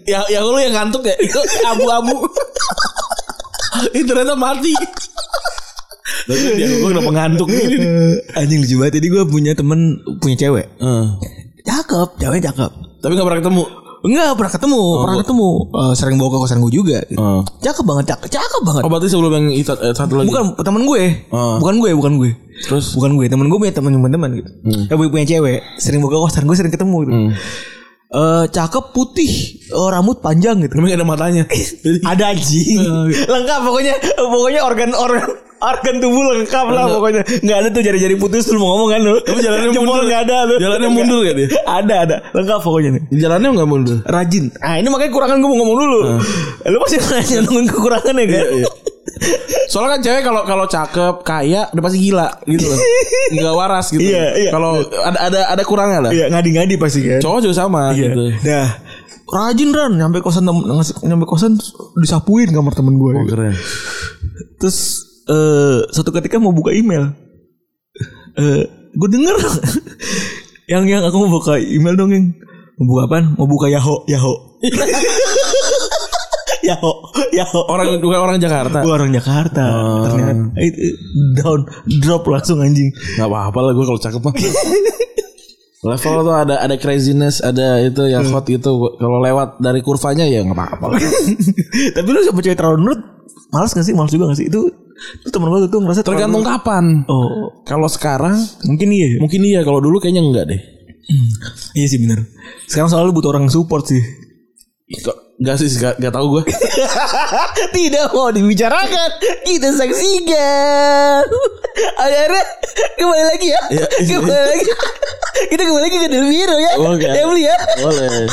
B: ya ya lu yang ngantuk ya itu abu-abu. Internetnya mati. Tapi dia gue kenapa ngantuk gini?
C: Eh, Anjing lucu banget. Jadi gue punya temen punya cewek.
B: Heeh.
C: Cakep, ceweknya cakep.
B: Eh, Tapi gak pernah ketemu.
C: Enggak pernah ketemu, pernah ketemu. Eh, sering bawa ke kosan gue juga. gitu.
B: Oh.
C: Cakep banget, cakep, cakep banget.
B: Oh berarti sebelum yang itu eh, satu lagi.
C: Bukan temen gue,
B: Ah.
C: bukan gue, bukan gue.
B: Terus
C: bukan gue temen gue punya temen temen teman gitu Eh, gue punya cewek sering buka kosan gue sering ketemu gitu Eh, cakep putih eh, rambut panjang gitu
B: emang ada matanya. Ah,
C: ada anjing lengkap pokoknya pokoknya organ organ organ tubuh lengkap lah pokoknya nggak ada tuh jari-jari putus lu mau ngomong kan lu tapi
B: jalannya mundur.
C: nggak ada lu
B: Jalannya mundur nggak dia?
C: ada ada lengkap pokoknya nih
B: Jalannya nggak mundur.
C: rajin ah ini makanya kurangan gue mau ngomong dulu
B: Ah.
C: lu pasti nanya nungguin kekurangan
B: Iya,
C: ya kan
B: Soalnya kan cewek kalau kalau cakep, kaya, udah pasti gila gitu loh. Enggak waras gitu.
C: Iya, iya.
B: Kalau ada ada ada kurangnya lah.
C: iya ngadi-ngadi pasti kan
B: Cowok juga sama
C: Iya.
B: gitu.
C: Nah, rajin Ran nyampe kosan tem- nyampe kosan disapuin kamar temen gue.
B: Keren.
C: Terus eh suatu ketika mau buka email. Eh gue denger yang yang aku mau buka email dong yang mau buka apaan? Mau buka Yahoo, Yahoo. Yahoo, Yahoo.
B: Orang bukan orang Jakarta.
C: Gue orang Jakarta
B: Oh.
C: ternyata Itu, down drop langsung anjing
B: Gak apa-apa lah gue kalau cakep mah. Level tuh ada ada craziness, ada itu yang
C: Hmm.
B: hot itu kalau lewat dari kurvanya ya nggak apa-apa. lah.
C: tapi lu siapa cewek terlalu nurut malas gak sih malas juga gak sih itu itu temen gue tuh ngerasa terlalu
B: Tergantung kapan.
C: oh
B: Kalau sekarang
C: mungkin iya ya?
B: mungkin iya, kalau dulu kayaknya enggak deh.
C: Iya sih bener Sekarang soalnya butuh orang support sih
B: Gak sih, gak, gak tau gue
C: Tidak mau dibicarakan Kita saksikan Akhirnya Kembali lagi ya
B: Iya.
C: Kembali lagi Kita kembali lagi ke Del Piero ya
B: Oke.
C: Demli ya
B: Boleh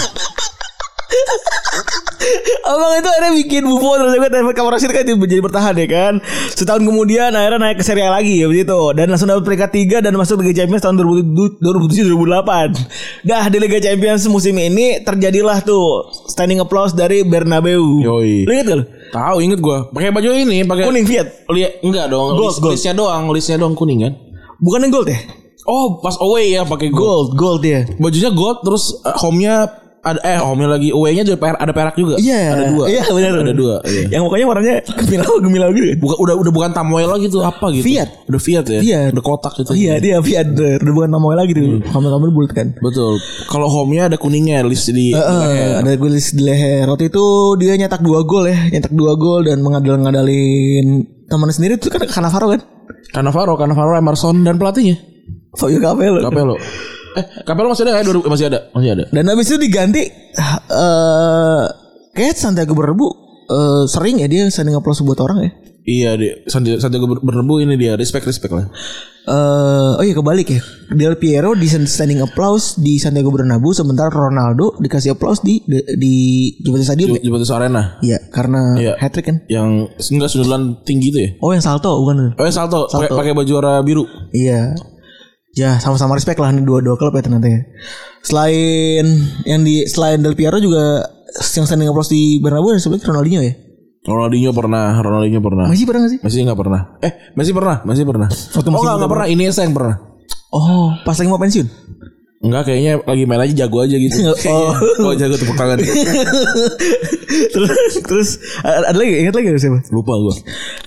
C: Abang itu akhirnya bikin Buffon terus juga dari kamar Rashid kan jadi bertahan ya kan. Setahun kemudian akhirnya naik ke Serie A lagi ya begitu dan langsung dapat peringkat 3 dan masuk Liga Champions tahun 2007 2008. Dah di Liga Champions musim ini terjadilah tuh standing applause dari Bernabeu.
B: Yoi. Ya.
C: Lu inget gak lu?
B: Tahu inget gua. Pakai baju ini, pakai
C: Kuning Fiat.
B: Lihat enggak dong,
C: Gold,
B: list,
C: gold.
B: listnya doang, listnya doang kuning kan.
C: Bukan yang gold ya?
B: Oh, pas away ya pakai gold.
C: Gold, gold ya.
B: Bajunya gold terus eh, home-nya ada eh home-nya lagi away-nya juga per- ada perak juga.
C: Iya.
B: Ada dua.
C: Iya benar.
B: Ada dua. Iya.
C: Yang mukanya warnanya gemilau gemilau gitu. kan?
B: Bukan udah udah bukan Tamoel lagi tuh apa gitu.
C: Fiat.
B: Udah Fiat ya.
C: Fiat.
B: Udah kotak gitu.
C: Iya dia Fiat bener. udah bukan nama lagi
B: Iya.
C: dulu. Kamu-kamu bulat kan.
B: Betul. Kalau home-nya ada kuningnya list di
C: Eh, eh, ada gue list di leher. Waktu itu dia nyetak dua gol ya, nyetak dua gol dan mengadal-ngadalin teman sendiri itu kan Cannavaro kan.
B: Cannavaro, Cannavaro, Emerson dan pelatihnya.
C: Fabio Capello.
B: Capello. Eh, Capello masih ada nggak? ya? Dua- Masih ada, masih ada.
C: Dan habis itu diganti eh kayak Santiago Bernabeu eh, sering ya dia sering nge-applause buat orang ya.
B: Iya, di Santi- Santiago Ber- Bernabeu ini dia respect respect lah.
C: eh oh iya kebalik ya. Del Piero di standing applause di Santiago Bernabeu sementara Ronaldo dikasih applause di di, di Juventus Stadium. ya?
B: Juventus Arena
C: Iya, karena
B: Iya.
C: hat trick kan.
B: yang enggak sundulan tinggi itu ya.
C: Oh yang salto bukan?
B: Oh, ya salto, pakai pakai baju warna biru.
C: Iya. Ya sama-sama respect lah nih dua-dua klub ya ternyata ya. Selain yang di selain Del Piero juga yang standing applause di Bernabeu dan sebelumnya Ronaldinho ya.
B: Ronaldinho pernah, Ronaldinho pernah.
C: Masih pernah gak sih?
B: Messi nggak pernah. Eh, Messi pernah, Messi pernah.
C: Waktu
B: oh,
C: Messi
B: nggak nggak pernah. Ini yang pernah.
C: Oh, pas lagi mau pensiun.
B: Enggak, kayaknya lagi main aja jago aja gitu.
C: Oh.
B: oh jago tepuk tangan.
C: terus terus ada ada lagi ingat lagi ada siapa?
B: Lupa gua.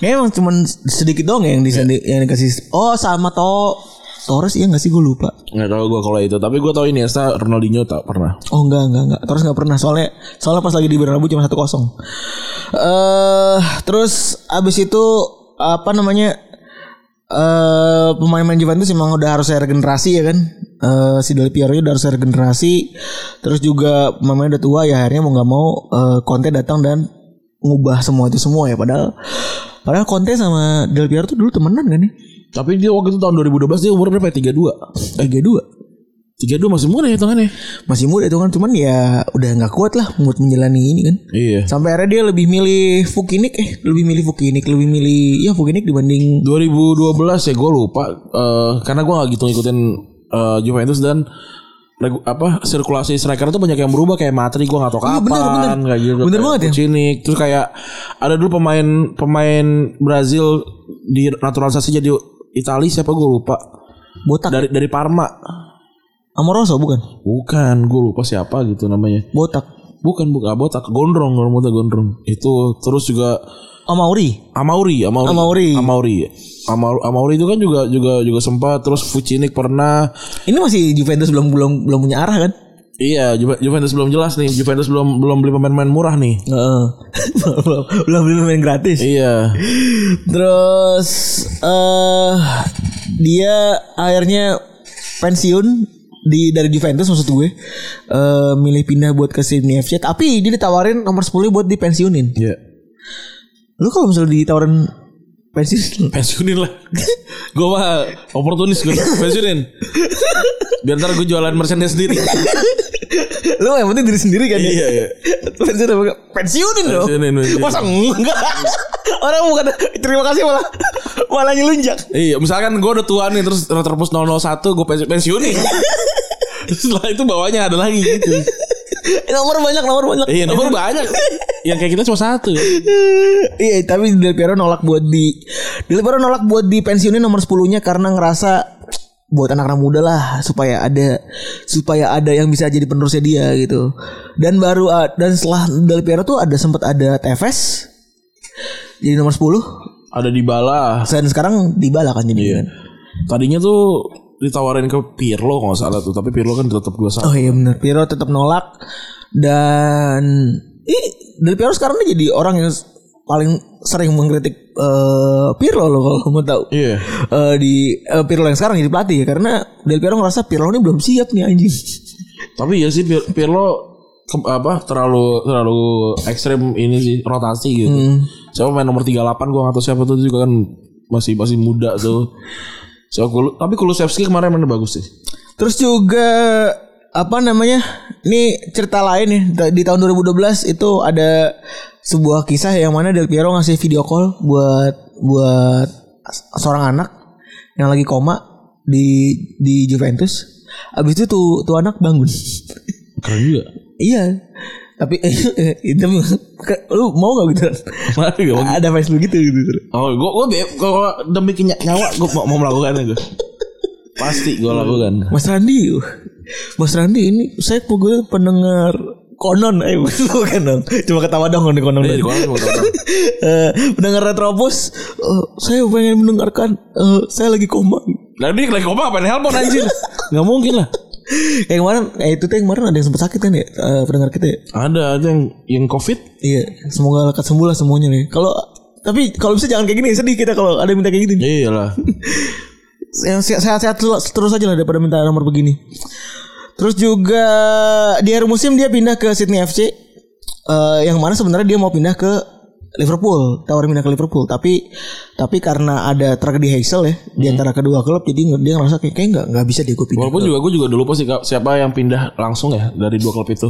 C: Kayaknya emang cuman sedikit dong yang di yang dikasih. Oh, sama to Torres iya gak sih gue lupa.
B: Enggak tahu gua kalau itu, tapi gua tahu ini Esta Ronaldinho tak pernah.
C: Oh enggak enggak enggak terus enggak pernah soalnya soalnya pas lagi di Bernabeu cuma satu kosong. Eh terus abis itu apa namanya eh pemain-pemain Juventus emang udah harus regenerasi ya kan. Eh si Del Piero udah harus regenerasi. Terus juga pemainnya udah tua ya akhirnya mau nggak mau eh, Conte datang dan ngubah semua itu semua ya padahal padahal Conte sama Del Piero tuh dulu temenan kan nih.
B: Tapi dia waktu itu tahun 2012 dia umur berapa? ya? 32.
C: 32
B: 32 masih muda ya tangannya.
C: masih muda itu kan cuman ya udah nggak kuat lah mood menjalani ini kan.
B: Iya.
C: Sampai akhirnya dia lebih milih Fukinik eh lebih milih Fukinik, lebih milih ya Fukinik dibanding
B: 2012 ya gua lupa eh, karena gua nggak gitu ngikutin eh, Juventus dan regu- apa sirkulasi striker itu banyak yang berubah kayak Matri gua nggak tahu
C: Iya,
B: kapan
C: bener, bener.
B: kayak gitu
C: Bener
B: kayak
C: banget ya.
B: Pucinic. terus kayak ada dulu pemain pemain Brazil di naturalisasi jadi Italia siapa gua lupa
C: Botak.
B: dari dari Parma
C: Amoroso bukan?
B: bukan gua lupa siapa gitu namanya
C: Botak.
B: bukan bukan botak gondrong kalau mau tahu, gondrong itu terus juga
C: Amauri.
B: Amauri, Amauri,
C: Amauri.
B: Amauri, Amauri, Amauri itu kan juga juga juga sempat terus Fucinik pernah,
C: Ini masih Juventus belum belum belum punya arah kan?
B: iya Ju- Juventus belum jelas nih, Juventus belum belum beli pemain-pemain murah nih,
C: Heeh. belum belum belum main gratis.
B: iya,
C: Terus eh dia akhirnya pensiun di dari Juventus maksud gue eh milih pindah buat ke Sydney FC tapi dia ditawarin nomor 10 buat dipensiunin.
B: iya,
C: Lu kalau misalnya ditawarin pensiun
B: pensiunin lah, gue mah oportunis gue pensiunin, biar ntar gue jualan merchandise sendiri,
C: Lu yang penting diri sendiri kan ya?
B: iya iya,
C: Pensiun apa enggak? Pensiunin dong
B: Pensiunin, pensiunin.
C: Masa enggak Orang bukan Terima kasih malah Malah nyelunjak
B: iya, misalkan gue udah tua nih terus terpus 001 gue pensiunin, setelah itu bawahnya ada lagi gitu,
C: Nomor banyak Nomor banyak
B: iya nomor banyak, yang kayak kita cuma satu,
C: Iya tapi Del Piero nolak buat di Del Piero nolak buat di pensiunnya nomor 10 nya Karena ngerasa Buat anak-anak muda lah Supaya ada Supaya ada yang bisa jadi penerusnya dia gitu Dan baru ah, Dan setelah Del Piero tuh ada sempat ada Tevez Jadi nomor 10
B: ada di bala,
C: Dan sekarang Dybala kan jadi
B: Iya. Tadinya tuh ditawarin ke Pirlo kalau nggak salah tuh, tapi Pirlo kan tetap gue sama.
C: Oh iya benar. Piero tetap nolak dan ih dari Piero sekarang dia jadi orang yang s- paling sering mengkritik eh Pirlo loh kalau kamu tahu.
B: Iya.
C: Eh, di eh, Pirlo yang sekarang jadi pelatih ya karena Del Piero ngerasa Pirlo ini belum siap nih anjing.
B: Tapi ya sih Pir- Pirlo ke- apa terlalu terlalu ekstrem ini sih rotasi gitu. Siapa main nomor 38 gue nggak tahu siapa tuh juga kan masih masih muda tuh. So, Kul- tapi Kulusevski kemarin mana bagus sih.
C: Terus juga apa namanya? Ini cerita lain nih Ta- di tahun 2012 itu ada sebuah kisah yang mana Del Piero ngasih video call buat buat s- seorang anak yang lagi koma di di Juventus. Abis itu tuh tuh anak bangun.
B: Keren juga.
C: iya. Tapi eh, itu lu mau gak gitu?
B: Mana gak mau
C: Ada face lu gitu gitu.
B: Oh, gue gue kalau demi kenya- nyawa gue mau, mau melakukannya gue. Pasti gue lakukan.
C: Mas Randi, uh, Mas Randi ini saya gue pendengar konon, eh bukan dong, cuma ketawa dong di konon.
B: Iya,
C: dong.
B: di konon cuma ketawa.
C: Eh, pendengar Retropos, eh, saya pengen mendengarkan, eh, saya lagi koma.
B: Lalu dia lagi ngomong apa nih helpon anjir? Gak mungkin lah.
C: Kayak kemarin, eh itu tuh yang kemarin ada yang sempat sakit kan ya, eh, pendengar kita. ya?
B: Ada ada yang yang covid.
C: Iya, semoga lekas sembuh lah semuanya nih. Kalau tapi kalau bisa jangan kayak gini sedih kita kalau ada yang minta kayak gitu. gini.
B: Iya lah.
C: yang se- sehat-sehat dulu- terus aja lah daripada minta nomor begini. Terus juga di akhir musim dia pindah ke Sydney FC. Eh, yang mana sebenarnya dia mau pindah ke Liverpool, tawarin pindah ke Liverpool, tapi tapi karena ada tragedi Hazel ya di antara kedua klub, jadi nge- dia ngerasa kayak kayak nggak nggak bisa deh gue
B: Hmm.
C: pindah.
B: Walaupun juga gue juga dulu lupa sih Kak, siapa yang pindah langsung ya dari dua klub itu.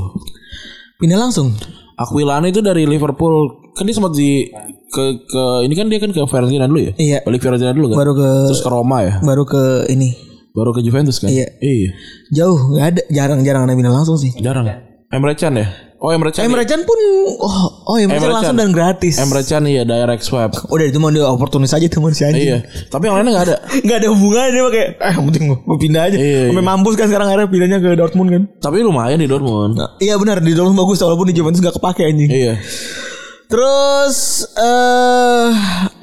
C: Pindah langsung.
B: Aquilano itu dari Liverpool kan dia sempat di ke ke ini kan dia kan ke Fiorentina dulu ya?
C: Iya.
B: Balik Fiorentina dulu kan?
C: Baru ke-
B: terus ke Roma ya?
C: Baru ke ini
B: Baru ke Juventus kan?
C: Iya.
B: Iya.
C: jauh nggak ada jarang-jarang ada pindah langsung sih.
B: Jarang. Emre Can ya? Oh Emre Can.
C: Emre Can pun oh oh Emre Can
B: Emre Can.
C: langsung dan gratis.
B: Emre Can iya direct swipe.
C: Udah itu mau dia oportunis aja teman si anjing.
B: Iya. Tapi yang lainnya nggak ada.
C: nggak ada hubungannya dia pakai eh yang penting gue pindah aja
B: Iya,
C: sampai
B: iya.
C: mampus kan sekarang akhirnya pindahnya ke Dortmund kan
B: Tapi lumayan di Dortmund.
C: iya benar di Dortmund bagus walaupun di Juventus nggak kepake anjing
B: Nah. Iya.
C: terus eh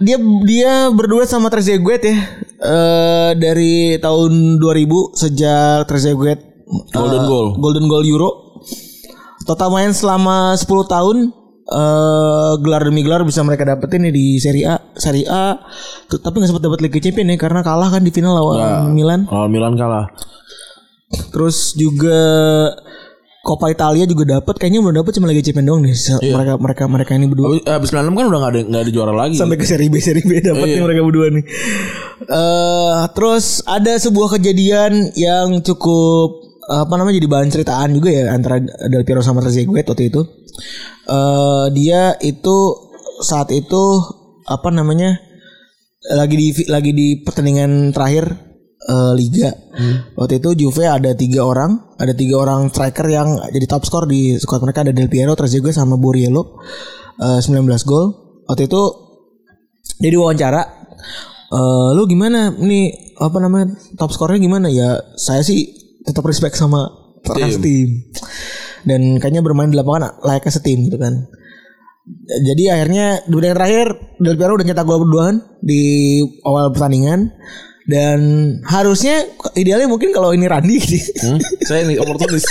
C: dia dia berdua sama Trezeguet ya eh dari tahun 2000 sejak Trezeguet eh,
B: Golden goal.
C: Golden Goal Euro total main selama 10 tahun eh gelar demi gelar bisa mereka dapetin nih di Serie A, Serie A, tuh, tapi nggak sempat dapat Liga Champions ya karena kalah kan di final
B: Nah.
C: lawan Milan.
B: Lawan Milan kalah.
C: Terus juga Coppa Italia juga dapat, kayaknya belum dapat cuma Liga Champions doang nih. Se- Mereka mereka mereka ini berdua
B: Abis, abis 96 kan udah gak ada, nggak ada juara lagi.
C: sampai ke seri B seri B dapat nih mereka berdua nih. Iya. Eh terus ada sebuah kejadian yang cukup apa namanya jadi bahan ceritaan juga ya antara Del Piero sama Trezeguet waktu itu. Eh dia itu saat itu apa namanya lagi di lagi di pertandingan terakhir eh, liga. Waktu itu Juve ada tiga orang, ada tiga orang striker yang jadi top skor di squad mereka ada Del Piero, Trezeguet sama Borriello. Eh, 19 gol. Waktu itu dia diwawancara eh lu gimana nih apa namanya top skornya gimana ya saya sih tetap respect sama tim. tim dan kayaknya bermain di lapangan layaknya setim gitu kan jadi akhirnya di pertandingan terakhir Del Piero udah nyetak gol berduaan di awal pertandingan dan harusnya idealnya mungkin kalau ini Randi gitu.
B: Hmm? Saya ini oportunis.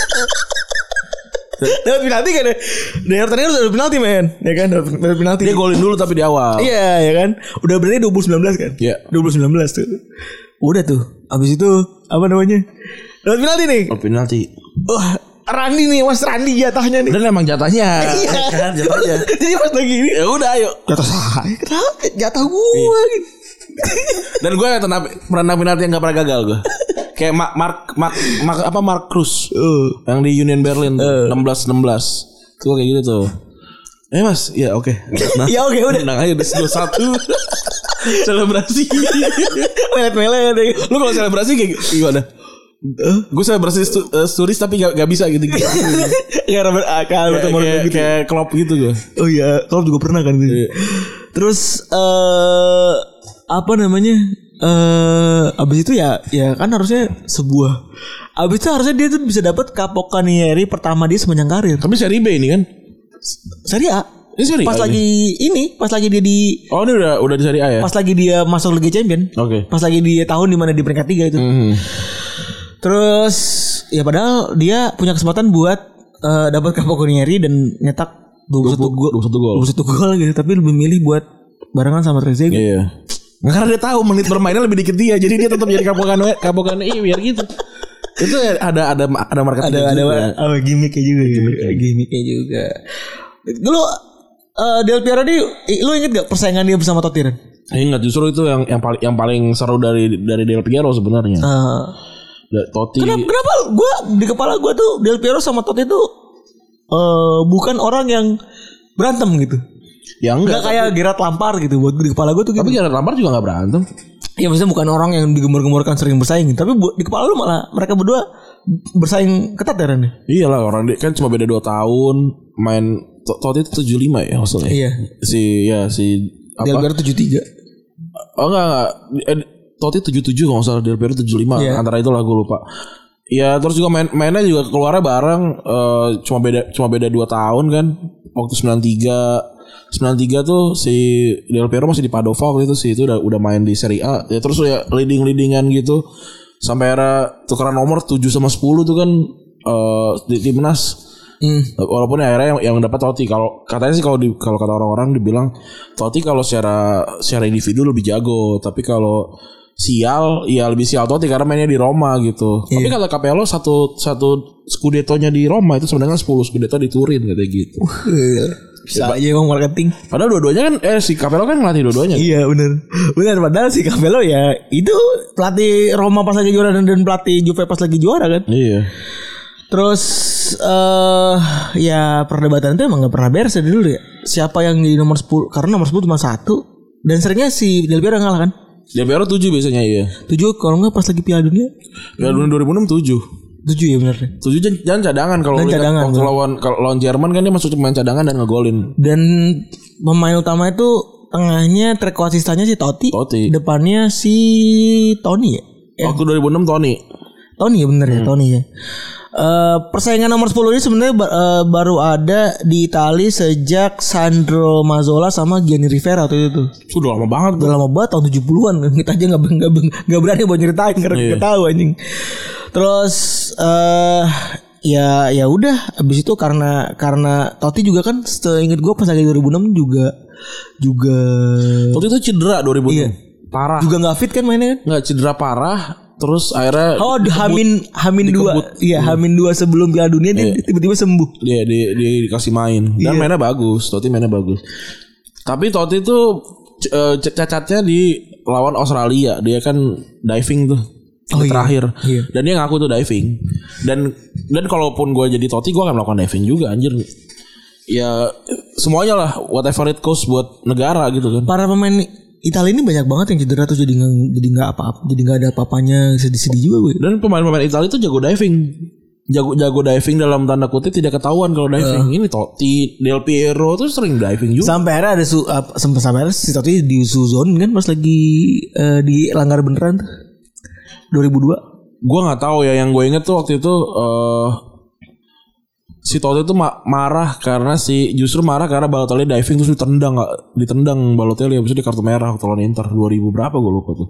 C: dapat penalti kan ya. Di akhir pertandingan udah dapat penalti men, ya kan dapat dapat penalti.
B: Dia golin dulu tapi di awal.
C: Iya ya kan Udah berarti 2019 kan
B: Iya.
C: 2019 tuh Udah tuh Abis itu Apa namanya Dapat penalti nih
B: Oh, penalti.
C: Wah Randi nih Mas Randi jatahnya nih
B: Dan emang jatahnya.
C: Iya.
B: Kan, jatahnya.
C: Jadi pas lagi ini
B: Ya udah ayo.
C: Jatah saya Iya. Kenapa Jatah gue
B: Dan gue pernah pernah penalti yang gak pernah gagal gue. Kayak Mark, Mark, Mark, Mark- apa Mark Cruz yang di Union Berlin 16 16. Tuh kayak gitu tuh. Eh mas, ya oke. Nah,
C: Ya, oke, udah.
B: Menang aja udah satu. selebrasi.
C: Melet-melet
B: Lu kalau selebrasi kayak gimana? Gue selebrasi stu, eh, sturis tapi gak, gak bisa gitu. gitu.
C: Gak ada berakal
B: kayak, kayak, kayak klop gitu gue.
C: Iya, Oh iya, kalau juga pernah kan gitu. Terus eh apa namanya? Eh abis itu ya ya kan harusnya sebuah abis itu harusnya dia tuh bisa dapat Capocanieri pertama dia sepanjang karir.
B: Tapi seri B ini kan?
C: Seri A.
B: Ini seri
C: Pas
B: A ini.
C: lagi ini, pas lagi dia di
B: Oh ini udah udah di seri A ya?
C: pas lagi dia masuk Liga Champion.
B: Oke.
C: Pas lagi dia tahun dimana di peringkat tiga itu.
B: Mhm.
C: Terus ya padahal dia punya kesempatan buat eh, dapat Capocanieri dan nyetak 21 gol.
B: 21 gol.
C: 21 gol gitu, tapi lebih milih buat barengan sama Trezeguet.
B: Iya. Nah, karena dia tahu menit bermainnya lebih dikit dia, jadi dia tetap jadi kapokan kapokan iya biar gitu. Itu ada ada ada market
C: ada ada apa Oh, gimmicknya juga gimmicknya, gimmicknya juga lu eh, Del Piero di i- lu inget gak persaingan dia bersama Totti Ren?
B: Iya, Ingat justru itu yang yang paling yang paling seru dari dari Del Piero sebenarnya.
C: Eh,
B: Da- Totti.
C: Kenapa, kenapa gue di kepala gue tuh Del Piero sama Totti tuh eh bukan orang yang berantem gitu.
B: Ya
C: Enggak
B: enggak.
C: kayak Gerard Lampard gitu buat di kepala gue tuh gitu.
B: Tapi Gerard Lampard juga enggak berantem.
C: ya maksudnya bukan orang yang digembar-gemborkan sering bersaing, gitu. tapi bu- di kepala lu malah mereka berdua bersaing ketat ya Ren?
B: Iyalah orang dia kan cuma beda 2 tahun main To- Totti itu 75 ya maksudnya.
C: Iya.
B: Si ya si
C: Del
B: apa?
C: Piero 73.
B: Oh enggak enggak. Eh, Totti 77 kalau nggak salah Del Piero 75
C: Iya.
B: antara itu lah gue lupa. Ya terus juga main mainnya juga keluarnya bareng eh, cuma beda cuma beda 2 tahun kan. Waktu 93 93 tuh si Del Piero masih di Padova waktu itu sih itu udah udah main di Serie A. Ya terus ya leading-leadingan gitu sampai era tukeran nomor 7 sama 10 tuh kan eh, di timnas.
C: Hmm.
B: Walaupun akhirnya yang, yang dapat Totti kalau katanya sih kalau di kalau kata orang-orang dibilang Totti kalau secara secara individu lebih jago, tapi kalau sial ya lebih sial Totti karena mainnya di Roma gitu. Tapi
C: Iya.
B: kata Capello satu satu scudetto-nya di Roma itu sebenarnya 10 scudetto di Turin katanya gitu.
C: Uh. Bisa aja emang marketing.
B: Padahal dua-duanya kan eh si Capello kan ngelatih dua-duanya.
C: Iya bener Bener padahal si Capello ya Itu pelatih Roma pas lagi juara Dan, dan pelatih Juve pas lagi juara kan
B: Iya.
C: Terus eh Ya perdebatan itu emang gak pernah beres ya dulu ya Siapa yang jadi nomor 10 Karena nomor 10 cuma satu Dan seringnya si Del Piero yang ngalah kan
B: Del Piero 7 biasanya iya.
C: 7 kalau gak pas lagi Piala Dunia
B: Piala
C: Hmm.
B: Dunia 2006 7.
C: 7 ya bener deh.
B: 7 jan- jangan cadangan kalau
C: Dan
B: lu lihat
C: cadangan,
B: waktu
C: bener.
B: lawan kalau lawan Jerman kan dia masuk main cadangan dan ngegolin.
C: Dan pemain utama itu Tengahnya track asistannya si Totti,
B: Totti.
C: Depannya si Tony ya
B: Waktu 2006 Tony.
C: Tony ya bener ya Tony ya. Eh, persaingan nomor 10 ini sebenarnya ba- eh, baru ada di Itali sejak Sandro Mazzola sama Gianni Rivera waktu itu tuh.
B: Sudah lama banget
C: Udah lama banget tahun 70-an an. kita aja nggak nggak nggak berani buat nyeritain karena
B: Iya.
C: nggak tahu anjing. Terus eh ya ya udah abis itu karena karena Totti juga kan seinget gue pas lagi 2006 juga juga
B: Waktu itu cedera 2000
C: Iya.
B: Parah
C: juga nggak fit kan mainnya kan?
B: Nggak cedera parah Terus akhirnya
C: Oh, Hamin Hamin dua,
B: Hmm.
C: iya Hamin dua sebelum Piala Dunia dia
B: Iya.
C: tiba-tiba sembuh.
B: dia, dia, dia dikasih main Dan
C: Iya.
B: mainnya bagus Totti mainnya bagus Tapi Totti itu c- eh, c- Cacatnya di Lawan Australia Dia kan diving tuh
C: Oh, iya.
B: terakhir
C: Iya.
B: dan dia ngaku tuh diving dan dan kalaupun gue jadi Totti gue akan melakukan diving juga anjir ya semuanya lah whatever it costs buat negara gitu kan
C: para pemain Italia ini banyak banget yang cedera terus jadi nggak jadi nggak apa-apa jadi nggak ada apa-apanya sedih-sedih juga gue
B: Dan pemain-pemain Italia itu jago diving. Jago jago diving dalam tanda kutip tidak ketahuan kalau diving. Ini Totti, Del Piero tuh sering diving juga.
C: sampai akhirnya ada su ap- sampai sampai akhirnya si Totti di Suzon kan pas lagi eh, di langgar beneran tuh. 2002
B: Gua nggak tahu ya yang gue inget tuh waktu itu eh si Totti tuh ma- marah karena si justru marah karena Balotelli diving terus ditendang nggak ditendang Balotelli habis itu di kartu merah waktu lawan Inter 2000 berapa gue lupa tuh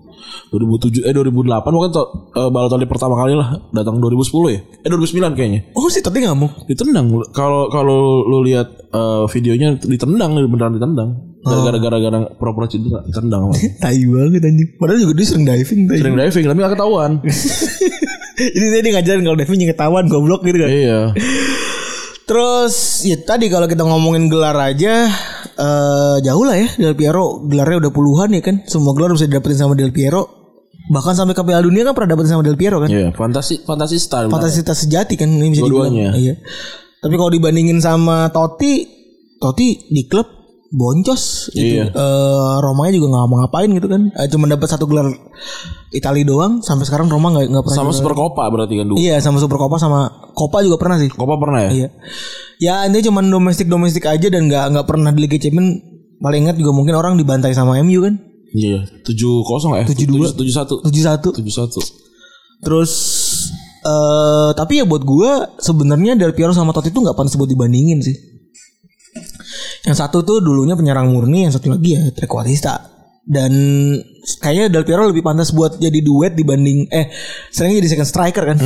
B: 2007 eh 2008 mungkin to, eh, Balotelli pertama kali lah datang 2010 ya eh 2009 kayaknya
C: oh si Totti ngamuk
B: ditendang kalau kalau lu lihat eh, videonya ditendang beneran ditendang gara-gara gara-gara pura-pura cedera ditendang sama.
C: tai banget anjing padahal juga dia sering diving tai.
B: sering diving tapi gak ketahuan
C: ini dia dia ngajarin kalau diving yang ketahuan goblok gitu kan
B: iya
C: terus ya tadi kalau kita ngomongin gelar aja eh jauh lah ya Del Piero gelarnya udah puluhan ya kan semua gelar bisa didapetin sama Del Piero bahkan sampai ke Piala Dunia kan pernah dapetin sama Del Piero kan
B: iya fantasi fantasi style
C: Fantasitas sejati kan ini bisa
B: Dua-duanya.
C: dibilang. Iya. Tapi kalau dibandingin sama Totti, Totti di klub boncos gitu.
B: Iya.
C: Eh, Romanya juga nggak mau ngapain gitu kan. Eh, cuma dapat satu gelar Itali doang sampai sekarang Roma nggak nggak pernah.
B: sama
C: juara.
B: super kopa berarti kan dulu
C: Iya, sama Super Copa sama Copa juga pernah sih.
B: kopa pernah ya
C: Iya. Ya ini cuma domestik domestik aja dan nggak nggak pernah di Liga Champions. Paling ingat juga mungkin orang dibantai sama MU kan.
B: iya tujuh kosong eh tujuh dua tujuh satu
C: 71
B: tujuh satu
C: Terus eh tapi ya buat gua sebenarnya Del Piero sama Totti itu nggak pantas buat dibandingin sih. Yang satu tuh dulunya penyerang murni, yang satu lagi ya trequartista. Dan kayaknya Del Piero lebih pantas buat jadi duet dibanding eh seringnya jadi second striker kan.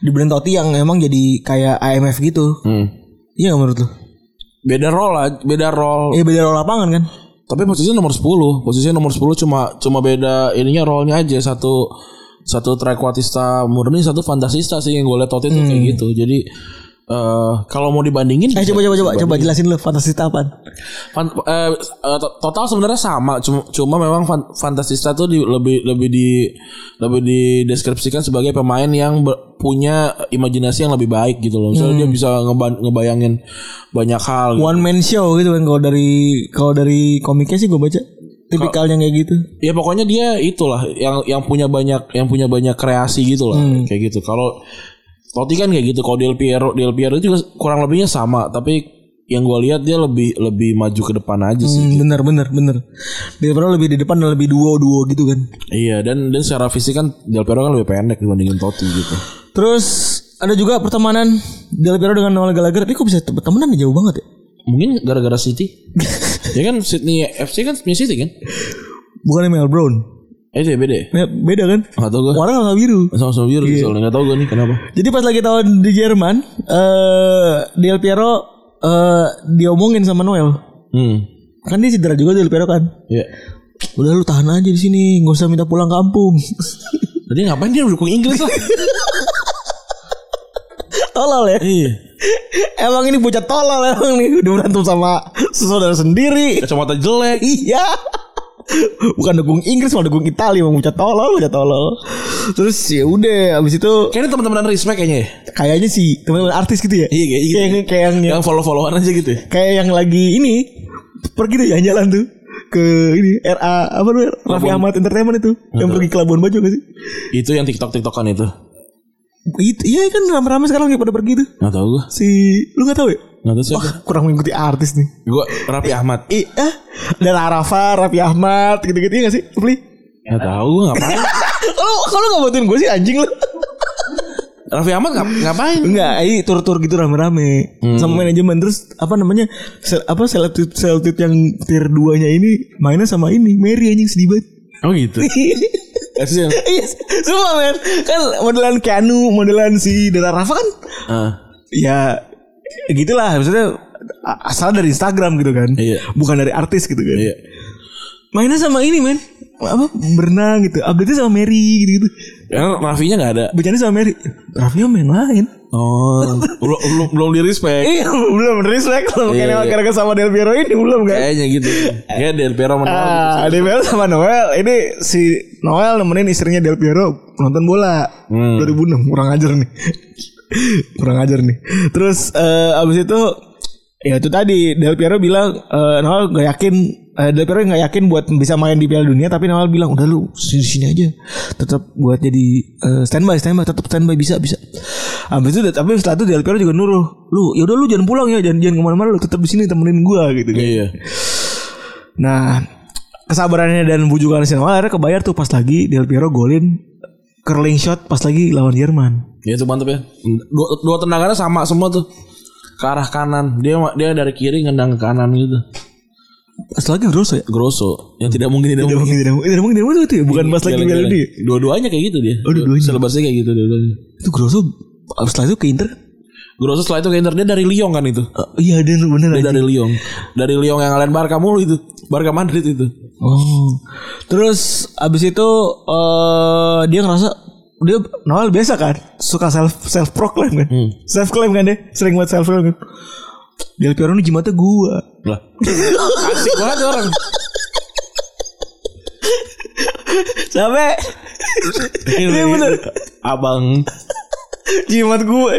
C: Dibanding Totti yang emang jadi kayak AMF gitu. Iya nggak menurut lu?
B: beda role lah beda role
C: Iya beda role lapangan kan.
B: tapi posisinya nomor 10 posisinya nomor 10 cuma cuma beda ininya role nya aja satu satu trequartista murni satu fantasista sih yang gue liat Totti tuh kayak gitu jadi eh, kalau mau dibandingin
C: Hmm. Eh coba coba coba coba jelasin lu Fantasista apaan?
B: Fan- eh, eh, to- total sebenarnya sama cuma, cuma memang fan, Fantasista tuh di- lebih lebih di lebih dideskripsikan sebagai pemain yang ber- punya imajinasi yang lebih baik gitu loh. Misalnya dia
C: Hmm.
B: bisa ngeba- ngebayangin banyak hal gitu.
C: One man show gitu kan kalau dari kalau dari komiknya sih gue baca tipikalnya kayak gitu.
B: Ya pokoknya dia itulah yang yang punya banyak yang punya banyak kreasi gitu lah kayak gitu. Kalau Totti kan kayak gitu. Kalau Del Piero Del Piero juga kurang lebihnya sama tapi yang gue lihat dia lebih lebih maju ke depan aja sih.
C: Hmm, bener bener bener. Dia pernah lebih di depan dan lebih duo duo gitu kan.
B: Iya dan dan secara fisik kan Del Piero kan lebih pendek dibandingin Totti gitu.
C: Terus ada juga pertemanan Del Piero dengan Noel Gallagher. Ini kok bisa temenan ya jauh banget ya?
B: Mungkin gara-gara City. ya kan Sydney FC kan punya City kan?
C: Bukan Mel Brown.
B: Eh itu ya beda ya?
C: Ya, Beda kan?
B: Gak tau gue.
C: Warna sama biru.
B: Sama-sama biru soalnya gak tau gue nih Iya. kenapa.
C: Jadi pas lagi tahun di Jerman, eh Del Piero eh diomongin sama Noel.
B: Hmm.
C: Kan dia cedera juga Del Piero kan.
B: Iya.
C: Udah lu tahan aja di sini, nggak usah minta pulang kampung.
B: Tadi ngapain dia mendukung Inggris lah?
C: tolol ya.
B: iya.
C: Emang ini bocah tolol emang nih udah berantem sama saudara sendiri.
B: Kacamata jelek.
C: Iya. Bukan dukung Inggris malah dukung Italia emang bocah tolol, bocah tolol. Terus ya udah abis itu
B: Kayaknya teman-teman respect kayaknya ya.
C: kayaknya sih teman-teman artis gitu ya.
B: Iya kayak gitu.
C: Kayak kayak yang
B: Yang follow-followan aja gitu ya.
C: kayak yang lagi ini pergi tuh jalan-jalan tuh ke ini RA apa tuh Raffi Ahmad Entertainment itu yang pergi ke Labuan Bajo gak sih?
B: Itu yang TikTok-TikTokan itu.
C: Itu iya kan rame-rame sekarang lagi pada pergi tuh
B: Gak tau gue.
C: si lu nggak tahu ya?
B: Gak tau siapa.
C: Wah kurang mengikuti artis nih.
B: Gue Raffi Ahmad.
C: Iya, ah, dan Arafa, Raffi Ahmad, gitu-gitu iya gak sih? Pli?
B: Gak tau gue ngapain.
C: Kalau kalau nggak bantuin gue sih anjing lu.
B: Raffi Ahmad ngap- ngapain?
C: Enggak, ini tur-tur gitu rame-rame
B: Hmm.
C: sama manajemen terus apa namanya sel, apa selebtit selebtit yang tier 2 nya ini mainnya sama ini Mary anjing sedih banget.
B: Oh gitu. Eh, terus yang-
C: Iya, semua men. Kan modelan Keanu, modelan si Dara Rafa kan
B: Ah.
C: ya gitulah maksudnya a- asal dari Instagram gitu kan.
B: Iya.
C: Bukan dari artis gitu kan.
B: Iya.
C: Mainnya sama ini men. Apa berenang gitu. Update-nya sama Mary gitu-gitu.
B: Yang Raffinya gak ada.
C: Bercanda sama Mary. Raffi sama yang lain.
B: Oh. belum belum belum di respect.
C: Iya, belum respect kalau
B: Iya,
C: karena
B: iya.
C: karena sama Del Piero ini belum kan.
B: Kayaknya gitu. Kayak Del Piero menang.
C: Ah, Del Piero sama Noel. Ini si Noel nemenin istrinya Del Piero nonton bola. 2006 kurang ajar nih. kurang ajar nih. Terus eh, abis itu ya itu tadi Del Piero bilang eh, Noel gak yakin eh, Del Piero gak yakin buat bisa main di Piala Dunia tapi Noel bilang udah lu sini sini aja tetap buat jadi eh, standby standby tetap standby bisa bisa abis itu tapi setelah itu Del Piero juga nuruh lu yaudah lu jangan pulang ya jangan jangan kemana-mana lu tetap di sini temenin gua gitu kan.
B: Iya.
C: Nah, kesabarannya dan bujukan si Noel akhirnya kebayar tuh pas lagi Del Piero golin curling shot pas lagi lawan Jerman.
B: Ya itu mantep ya. Dua, dua tendangannya sama semua tuh. Ke arah kanan. Dia dia dari kiri ngendang ke kanan gitu.
C: Pas lagi Grosso ya?
B: Grosso. Yang tidak mungkin tidak, mungkin.
C: Tidak mungkin, tidak mungkin, tidak mungkin, tidak mungkin itu ya? Bukan pas lagi
B: Jalan-jalan.
C: Melody.
B: Dua-duanya kayak gitu dia.
C: Oh, dua-duanya.
B: Selebasnya kayak gitu dua-duanya.
C: Itu Grosso abis setelah itu ke Inter.
B: Grosso setelah itu ke Inter dia dari Lyon kan itu.
C: Eh, iya, dan bener
B: Dia
C: aja.
B: dari Lyon. Dari Lyon yang ngalahin Barca mulu itu. Barca Madrid itu.
C: Oh. Terus abis itu eh dia ngerasa dia Noel biasa kan suka self self proclaim kan self claim kan dia sering buat self claim kan Del Piero ini jimatnya gua
B: Lah. Asik banget tuh orang.
C: sampai Iya, bener.
B: Abang.
C: jimat gue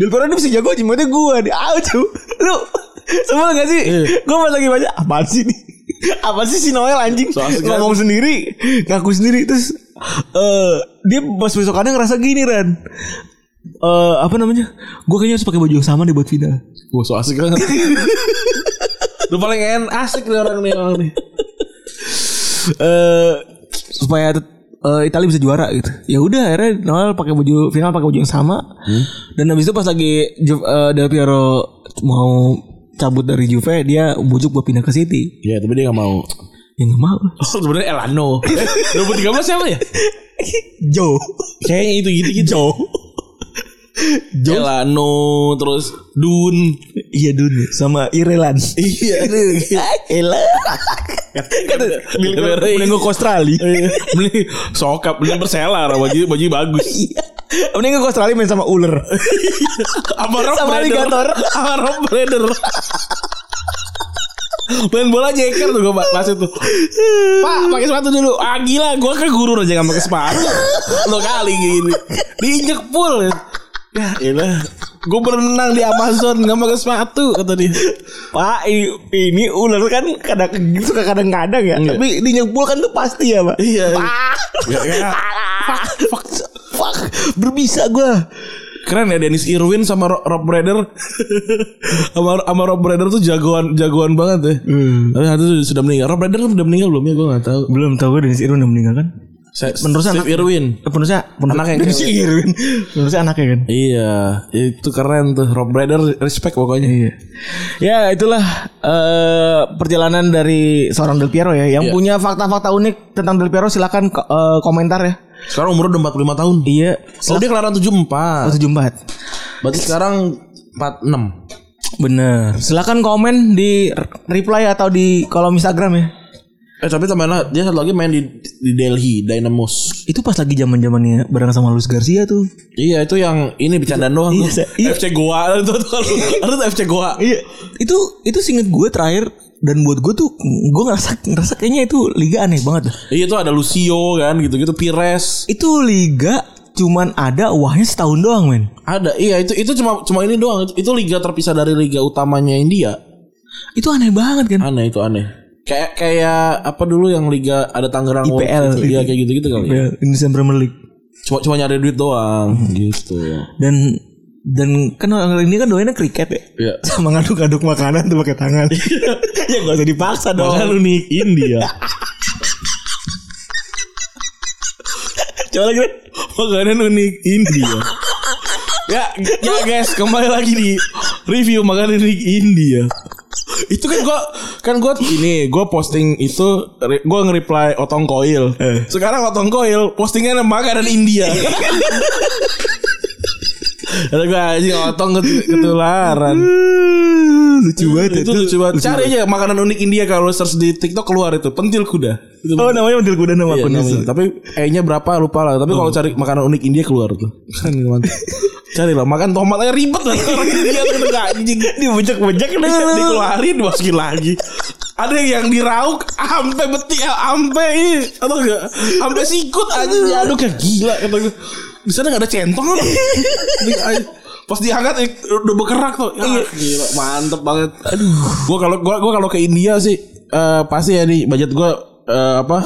C: Del Piero ini bisa jago jimatnya gue di aucu lu sebel gak sih
B: Iya.
C: gue pas lagi baca apaan sih nih apa sih si Noel anjing
B: So asik kan?
C: ngomong sendiri ngaku sendiri terus eh dia pas besokannya ngerasa gini Ran eh apa namanya gue kayaknya harus pakai baju yang sama deh buat final
B: Wah, so asik banget. Lu paling en asik nih orang nih orang nih.
C: eh supaya tet- eh, Italia bisa juara gitu. Ya udah akhirnya Noel pakai baju final pakai baju yang sama. Dan habis itu pas lagi Ju- eh, Del Piero mau cabut dari Juve dia bujuk buat pindah ke City.
B: Ya, tapi dia gak mau.
C: Ya nggak mau.
B: Oh, sebenarnya Elano. Eh, 2013 siapa ya?
C: Joe.
B: Kayaknya itu gitu gitu. Jelano terus Dun.
C: Iya Dun sama Irelan.
B: Iya.
C: Irelan. Kan milik mending gua ke Australia.
B: Iya. beli sokap, beli berselar baju baju bagus.
C: Mending gua ke Australia main Iya. sama ular.
B: Sama Rob
C: Sama alligator.
B: Sama Rob Raider. Main bola jeker tuh gue pas itu Pak pakai sepatu dulu Ah gila gue ke guru aja gak pakai sepatu Lo kali gini Diinjek full Ya elah Gue berenang di Amazon gak pakai sepatu kata dia
C: Pak i- ini ular kan kadang suka kadang-kadang ya.
B: Iya.
C: Tapi di nyebul kan tuh pasti ya, Pak.
B: Iya.
C: Pak.
B: Ya, ya.
C: Fuck, fuck, berbisa gua.
B: Keren ya Dennis Irwin sama Ro- Rob Breder sama, sama Rob Breder tuh jagoan jagoan banget ya Tapi satu sudah- sudah meninggal Rob Breder udah meninggal belum ya gue gak tau
C: Hmm. Belum tahu gue Dennis Irwin udah meninggal kan?
B: Menurut Steve Irwin
C: Penulisnya
B: Eh, Anaknya yang
C: Dennis Irwin. Penulisnya anaknya kan?
B: Iya, itu keren tuh. Rob Raider respect pokoknya.
C: Iya. Ya itulah eh, perjalanan dari seorang Del Piero ya. Yang
B: Iya.
C: punya fakta-fakta unik tentang Del Piero silakan ko- eh, komentar ya.
B: Sekarang umurnya udah 45 tahun.
C: Iya.
B: Oh, dia kelahiran
C: Ah.
B: 74.
C: 74.
B: Berarti sekarang 46.
C: Bener. Silakan komen di reply atau di kolom Instagram ya.
B: Eh, tapi tambahin lah, dia satu lagi main di di Delhi Dynamos.
C: Itu pas lagi zaman zamannya bareng sama Luis Garcia tuh.
B: Iya, itu yang ini bercandaan doang.
C: Iya, Sa- iya.
B: FC Goa itu tuh. Itu tuh FC Goa.
C: Iya. Itu itu singkat gue terakhir dan buat gue tuh gue ngerasa ngerasa kayaknya itu liga aneh banget.
B: Iya, itu ada Lucio kan gitu-gitu Pires.
C: Itu liga cuman ada wahnya setahun doang men.
B: Ada. Iya, itu itu cuma cuma ini doang. Itu, itu liga terpisah dari liga utamanya India.
C: Itu aneh banget kan.
B: Aneh itu aneh. Kayak kayak apa dulu yang liga ada Tangerang
C: IPL.
B: Wolves gitu. Iya, kayak gitu-gitu kali.
C: Ya, Indonesian Premier League.
B: cuma cuma nyari duit doang
C: Hmm.
B: gitu
C: Dan dan kan orang ini kan doainnya kriket ya.
B: Iya.
C: Sama ngaduk-ngaduk makanan tuh pakai tangan. ya gak usah dipaksa dong.
B: Makanya lu nikin dia
C: Coba lagi. deh.
B: makanan unik India ya ya guys kembali lagi di review makanan unik ya. India itu kan gua kan gua ini gua posting itu re- gua nge-reply otong koil sekarang otong koil postingan makanan ya. India Kata gue anjing otong ket- ketularan
C: Lucu banget ya,
B: Itu lucu banget Cari aja makanan unik India Kalau search di TikTok keluar itu Pentil kuda Itu
C: Oh namanya Mentil Kuda nama
B: Iya,
C: akunnya.
B: namanya. Tapi E-nya berapa lupa lah. Tapi kalau cari makanan unik India keluar tuh. Kan mantap. cari lah makan tomat aja ribet lah orang India tuh udah anjing.
C: Dibejek-bejek dulu.
B: kan Dikeluarin masukin lagi. Ada yang dirauk ampe beti ampe ini atau enggak ampe sikut aja diaduk kayak gila kata gue. Di sana enggak ada centong apa? Di- ay- Pas diangkat eh, udah bergerak tuh. Ya, gila, mantep banget. Aduh, gua kalau gua gua kalau ke India sih eh, pasti ya nih budget gua eh, apa?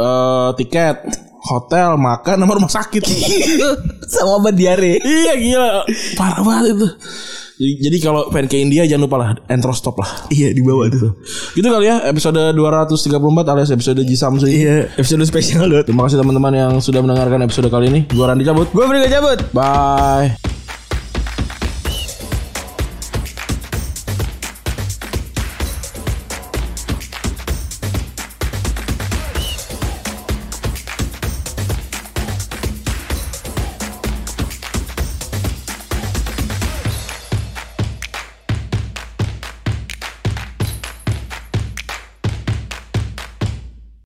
B: Eh, tiket, hotel, makan sama rumah sakit.
C: Sama obat diare.
B: Iya gila Parah banget itu Jadi- Jadi kalau pengen ke India jangan lupa lah Entrostop lah
C: Iya dibawa tuh.
B: Gitu kali ya episode 234 alias episode G Samsu
C: Iya episode spesial banget.
B: Terima kasih teman-teman yang sudah mendengarkan episode kali ini Gue Randi cabut
C: Gue beri cabut.
B: Bye